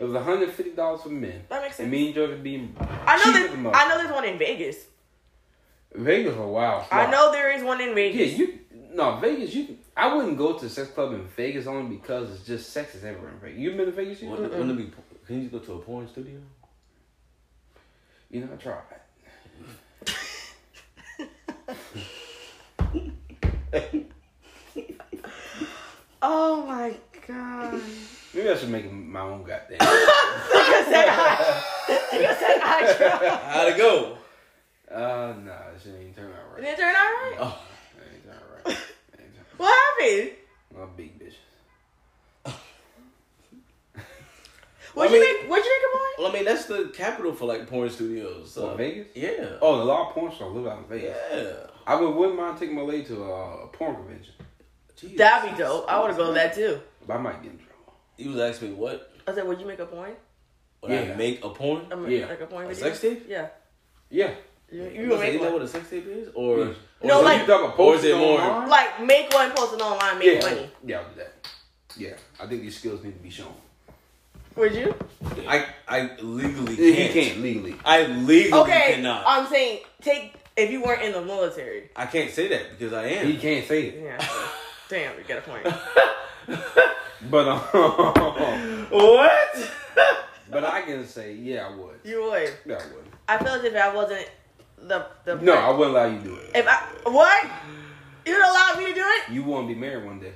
It was hundred fifty dollars for men.
That makes
And
sense.
me and Joe could be in
I know
cheap
there's.
as a mother.
I know there's one in Vegas.
Vegas for a while.
I know there is one in
Yeah,
Vegas.
you no Vegas. You I wouldn't go to a sex club in Vegas only because it's just sex is everywhere in Vegas. You been to Vegas? You,
Wouldn't, wouldn't it be, can you go to a porn studio?
you know I tried.
Oh my god.
Maybe I should make my own goddamn.
Nigga said I. Nigga said I. tried.
How'd it go?
uh no, that shit ain't turn out
Did
right.
it turn out right?
Oh,
That ain't turn out right. That ain't turn-
What happened?
My big bitches.
Would
I
you
mean-
make? Would you make a point?
well, I mean, that's the capital for like porn studios. So.
What, Vegas?
Yeah.
Oh, the law porn star live out in Vegas.
Yeah.
I would wouldn't mind taking my lady to a, a porn convention,
Jesus.
That'd be dope. I want to go to that too.
but I might get in trouble.
You was asking me what?
I said, would you make a point?
Would
Yeah.
I make a porn?
I'm
Yeah.
Like a point
A
video?
sex tape?
Yeah.
Yeah.
You, you
You
would
say,
make
you know
one.
what a sex tape is? Or,
Yeah.
or
No,
is
like-
it-
you dug a
or is
post
it more?
online?
Like make one, post it online, make
yeah,
money.
yeah, I'll do that. Yeah, I think these skills need to be shown.
Would you?
I, I legally
He
can't.
can't legally.
I legally
Okay,
cannot.
I'm saying take if you weren't in the military.
I can't say that because I am.
He can't say it.
Yeah. Damn, you got a point.
But um,
What?
but I can say, yeah, I would.
You would.
Yeah, I would.
I feel as if I wasn't the the.
No, I wouldn't allow you to do it.
If I what? You don't allow me to do it?
You want to be married one day.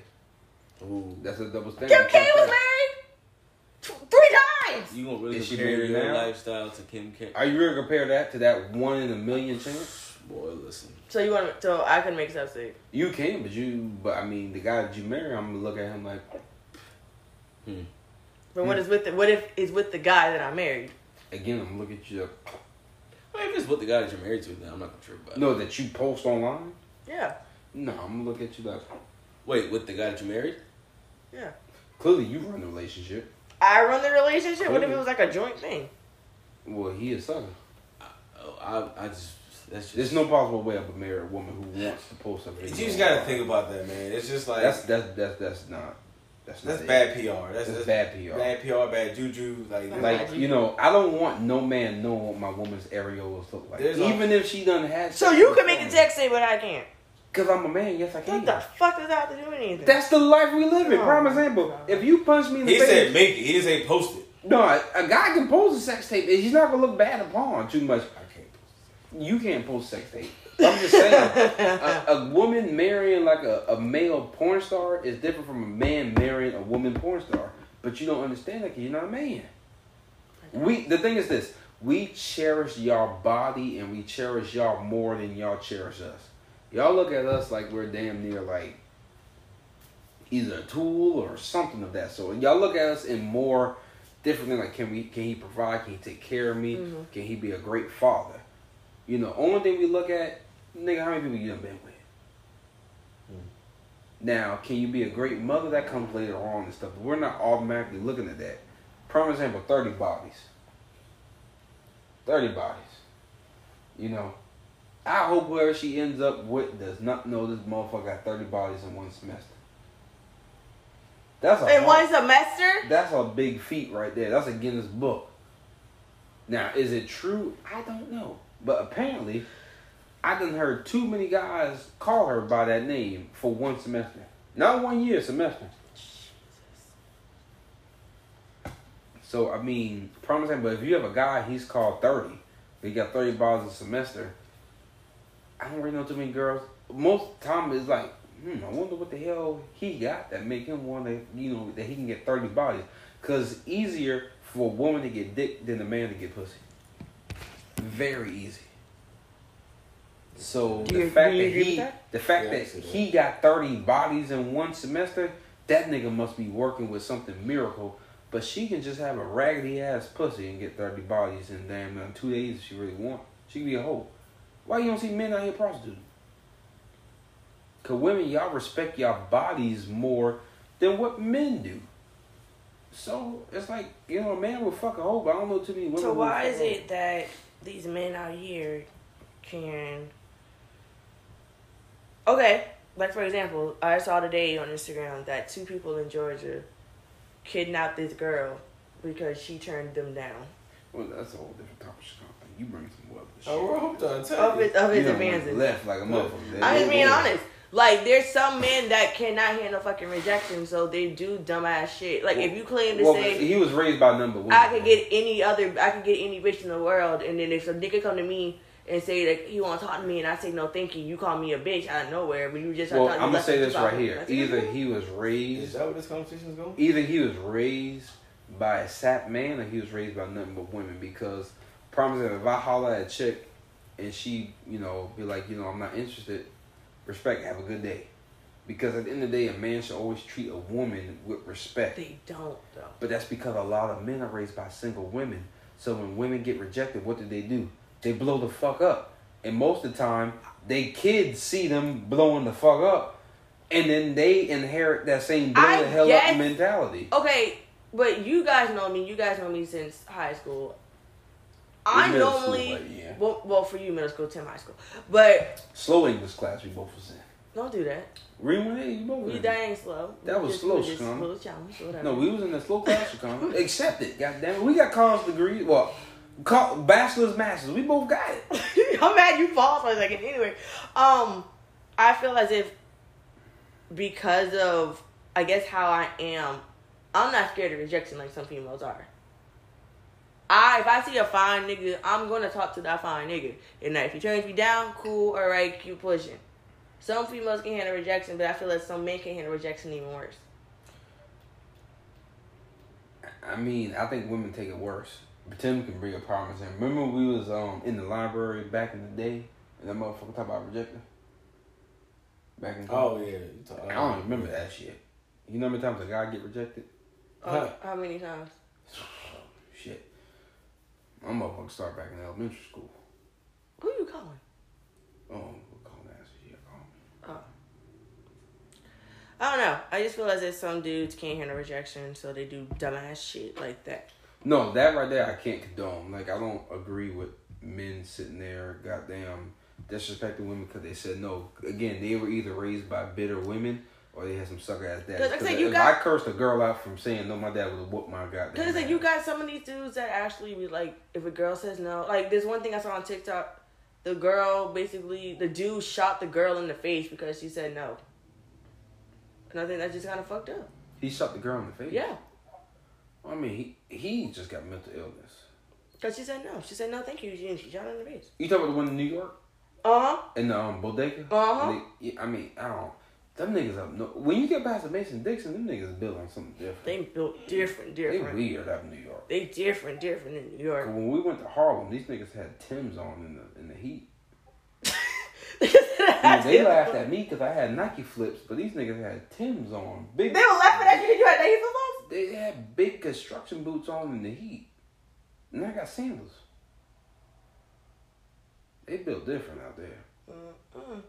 That's a double standard.
Kim K was married th- three times.
You gonna really
Is she
compare
married
your
now?
lifestyle to Kim K?
Are you really compare that to that one in a million chance?
Boy, listen.
So you want? So I can make substitute.
You can, but you, but I mean, the guy that you marry, I'm gonna look at him like
But what is with the, what if is with the guy that I married?
again. I'm looking at you. up.
Well, if it's with the guy that you're married to, then I'm not gonna trip about it.
No, that you post online.
Yeah,
No, I'm gonna look at you like
Wait, with the guy that you married?
yeah.
clearly you run the relationship.
I run the relationship. What if it was like a joint thing?
Well, he is sucker.
Oh, I, I just that's just.
There's no possible way I would marry a woman who wants to post a
You
video.
just gotta think about that, man. It's just like
That's
that's
that's that's that's not. That's not
that's
it.
bad PR. That's,
That's
that's
bad PR.
Bad PR. Bad juju. Like
Like you know, I don't want no man knowing what my woman's areolas look like,
There's a-
even if she done had.
So you can make a text say, but I can't.
Because I'm a man. Yes, I can.
What the fuck does that have to do with anything?
That's the life we live in.
Oh,
Prime
my
example.
God.
If you punch me in the
he
face,
said, make it. He just ain't post it.
no, a guy can post a sex tape. He's not gonna look bad upon too much.
I can't. post
You can't post sex tape. I'm just saying, a, a woman marrying like a, a male porn star is different from a man marrying a woman porn star. But you don't understand that 'cause you're not a man. We the thing is this: we cherish y'all body and we cherish y'all more than y'all cherish us. Y'all look at us like we're damn near like either a tool or something of that sort. Y'all look at us in more differently like can we can he provide? Can he take care of me? Can he be a great father? You know, only thing we look at, nigga, how many people you done been with? Now, can you be a great mother? That comes later on and stuff. But we're not automatically looking at that. Prime example, thirty bodies. Thirty bodies. You know, I hope whoever she ends up with does not know this motherfucker got thirty bodies in one semester. That's a
In
hard-
one semester?
that's a big feat right there. That's a Guinness book. Now, is it true? I don't know. But apparently, I done heard too many guys call her by that name for one semester. Not one year, semester. So, I mean, promising, but if you have a guy, he's called 30. He got 30 balls a semester. I don't really know too many girls. Most of the time, it's like, hmm, I wonder what the hell he got that make him want to, you know, that he can get 30 bodies. Because it's easier for a woman to get dick than a man to get pussy. Very easy. So
Do
the
you-
fact
do you
that
agree with
he,
that?
the fact
Yeah, I
that
see that.
he got 30 bodies in one semester, that nigga must be working with something miracle. But she can just have a raggedy ass pussy and get 30 bodies in damn near two days if she really want. She can be a hoe. Why you don't see men out here prostituting? Cause women, y'all respect y'all bodies more than what men do. So it's like you know, a man will fuck a hoe, but I don't know too many women.
So
who
why
fuck
is
a hoe.
it that these men out here can? Okay, like for example, I saw today on Instagram that two people in Georgia kidnapped this girl because she turned them down
Well, that's a whole different topic. Chicago. You bring some up.
it. Oh, well, I'm done. Tell
of
you.
his of
You
his
done went
advances.
left like a motherfucker.
I'm just being honest. Like there's some men that cannot handle fucking rejection, so they do dumbass shit. Like if you claim to
Well,
say
he was raised by number one.
I could get any other, I could get any bitch in the world, and then if a nigga come to me and say like he want to talk to me, and I say no, thank you, you call me a bitch out of nowhere, but you just I
Well,
thought you
I'm gonna
left
say
me
this
about-
right here.
That's it.
Either he was
Is
raised,
that where this conversation is going?
either he was raised by a sap man, or he was raised by nothing but women. Because, promise you, if I holler at a chick and she, you know, be like, you know, I'm not interested. Respect. Have a good day. Because at the end of the day, a man should always treat a woman with respect.
they don't though.
But that's because a lot of men are raised by single women. So when women get rejected, what do they do? They blow the fuck up. And most of the time, they kids see them blowing the fuck up. And then they inherit that same blow
I
the hell
guess-
up mentality.
Okay, but you guys know me. You guys know me since high school. I
middle school,
normally,
but yeah.
well, well, for you middle school, ten high school, but
Slow English class we both was in.
don't do that.
Rewind it, you both was
You
in.
that ain't slow.
Mm-hmm. That
We
was
just-
slow,
we just
scum.
little challenge, whatever.
No, we was in the slow class Chicago. Accept it. God damn it. We got college degrees. Well, co- bachelor's, master's. We both got it.
I'm mad you paused for a second. Anyway, um, I feel as if because of I guess how I am, I'm not scared of rejection like some females are. I if I see a fine nigga, I'm gonna talk to that fine nigga. And like, if he turns me down, cool, all right, keep pushing. Some females can handle rejection, but I feel that some men can handle rejection even worse.
I mean, I think women take it worse. But Tim can bring a promise. And remember, we was um in the library back in the day, And that motherfucker talking about rejecting. Back in college.
Oh yeah, you talk-
I don't even remember that shit. You know how many times a guy get rejected?
Oh, how many times?
Shit. My motherfucker start back in elementary school.
Who you calling?
Oh, we'll call that shit. Oh. Call me.
I don't know. I just realized that some dudes can't handle rejection, so they do dumbass shit like that.
No, that right there, I can't condone. Like, I don't agree with men sitting there, goddamn, disrespecting women because they said no. Again, they were either raised by bitter women or they had some sucker ass dad.
'Cause like I said, you
if
got-
I cursed a girl out from saying no, my dad would have whooped my goddamn.
Cause like
ass.
you got some of these dudes that actually be like, if a girl says no, like there's one thing I saw on TikTok, the girl basically the dude shot the girl in the face because she said no. And I think that just kind of fucked up.
He shot the girl in the face.
Yeah,
I mean, he, he just got mental illness.
cause she said no. She said no, thank you, and she shot her in the face.
You talking about the one in New York?
Uh huh.
In the um, bodega?
Uh-huh.
And they- yeah, I mean, I don't. Them niggas up. No, when you get past the Mason Dixon, them niggas built on something different.
They built different,
They
different.
weird out in New York.
They different, different in New York.
When we went to Harlem, these niggas had Tim's on in the in the heat. And they laughed at me because I had Nike flips, but these niggas had Tim's on. Big.
They were laughing at you. You had Nike footballs.
They had big construction boots on in the heat, and I got sandals. They built different out there.
Mm.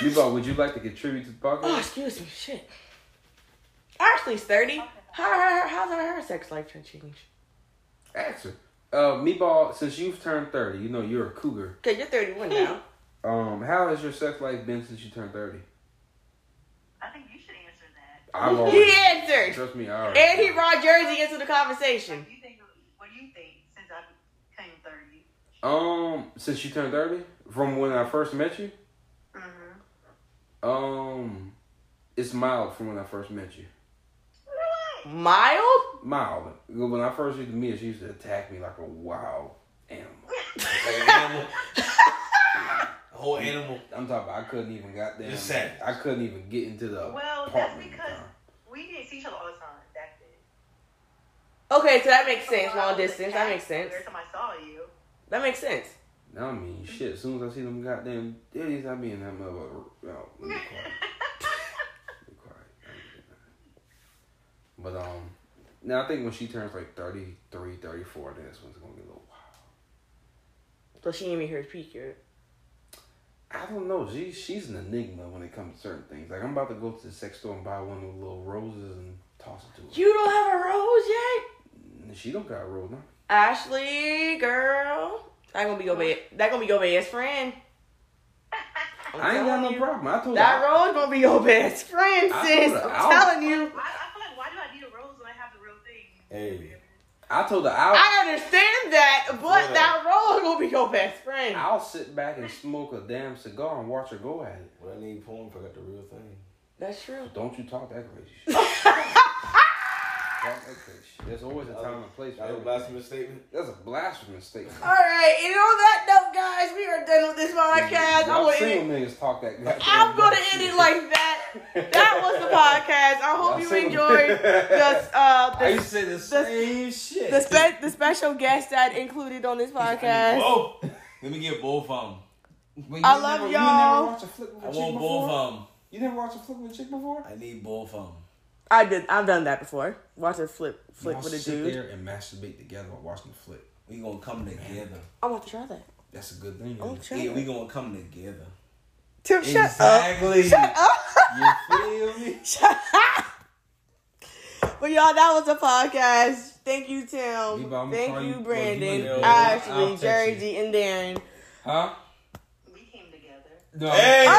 Nubo, would you like to contribute to the podcast?
Oh, excuse me, shit. Ashley's thirty. How her, her how's her, her sex life changed?
Answer. Uh, Meatball, since you've turned 30, you know you're a cougar.
Cause you're 31 now.
Um, how has your sex life been since you turned 30?
I think you should answer that.
I've
he
already.
answered,
Trust me, I already.
and he brought Jersey into the conversation.
Like, you think? What do you think? Since I became thirty.
Um, since you turned 30, from when I first met you,
Mm-hmm.
um, it's mild from when I first met you.
Mild?
Mild. When I first used to meet her, she used to attack me like a wild animal.
Like an animal. A whole animal.
I'm talking about I couldn't even goddamn.
Just savage.
I couldn't even get into the.
Well, that's
apartment in
because
time.
we didn't see each other all the time back then.
Okay, so that makes
So
sense.
while I
Long
was in
distance. That
Cali,
makes sense.
Every time I saw you,
That makes sense.
Now, I mean, shit, as soon as I see them goddamn ditties, I be in that motherfucker. No, let me quiet. Let me quiet. But, um, now I think when she turns like 33, 34, then this one's gonna be a little wild.
So she didn't meet her peak yet.
I don't know. She, she's an enigma when it comes to certain things. Like, I'm about to go to the sex store and buy one of the little roses and toss it to her.
You don't have a rose yet,
And she don't got a rose, no.
Ashley, girl. That gonna be your best. That gonna be your best friend. I'm
I ain't got
telling
no
you.
problem. I told
That
her.
rose gonna be your best friend,
I
sis.
told her,
I'm
I'll-
telling you.
I, I feel like why do I need a rose when I have the real thing?
Hey.
I told her I'll,
I understand that, but
Right.
that role gonna be your best friend.
I'll sit back and smoke a damn cigar and watch her go at it.
What I need porn if I got the real thing.
That's true.
Don't you talk that crazy shit. Talk that crazy shit. There's always a time and place for
That was a
everything.
blasphemous statement.
That's a blasphemous statement.
All right, and on that note, guys, we are done with this podcast. I'm
Y'all
gonna end it.
single niggas talk that goddamn
I'm gonna
bullshit.
end it like that. That was the podcast. I hope
Y'all
you
single-
enjoyed this. Uh,
I used to
this
say the same shit.
the, spe- the special guest that included on this podcast.
Whoa! Let me get both of
Wait, you
I love
never-
y'all.
You never watched a flick with
them. I
a chick
want
before?
both of them.
You never watched a flick with a chick before?
I need both of them.
I did. I've done that before. Watch a flip flip
Y'all
with a
sit
dude.
there and masturbate together while watching the flick.
We gonna come together.
I want to try that.
That's a good thing.
Oh,
isn't it?
try
Yeah, we
it.
gonna come together.
Tim, shut up.
Exactly.
Shut up.
You feel me?
But y'all, that was a podcast. Thank you, Tim.
Levi, I'm
Thank
calling
you,
you-
Brandon,
Well, you and- I'll
Ashley,
text
Jersey, and Darren.
Huh?
We came together.
No.
Hey!
Oh,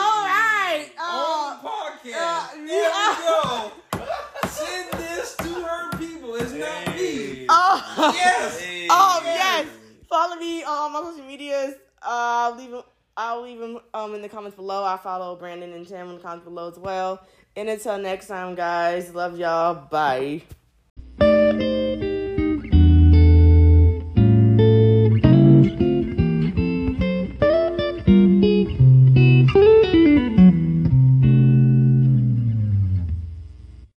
all right. Oh,
podcast.
uh, yeah.
Yo, send this to her people. It's not me.
Oh,
Yes.
Hey.
Oh, yes. Follow me on my social medias. Uh, I'll leave them. I'll leave them um, in the comments below. I follow Brandon and Tim in the comments below as well. And until next time, guys, love y'all. Bye.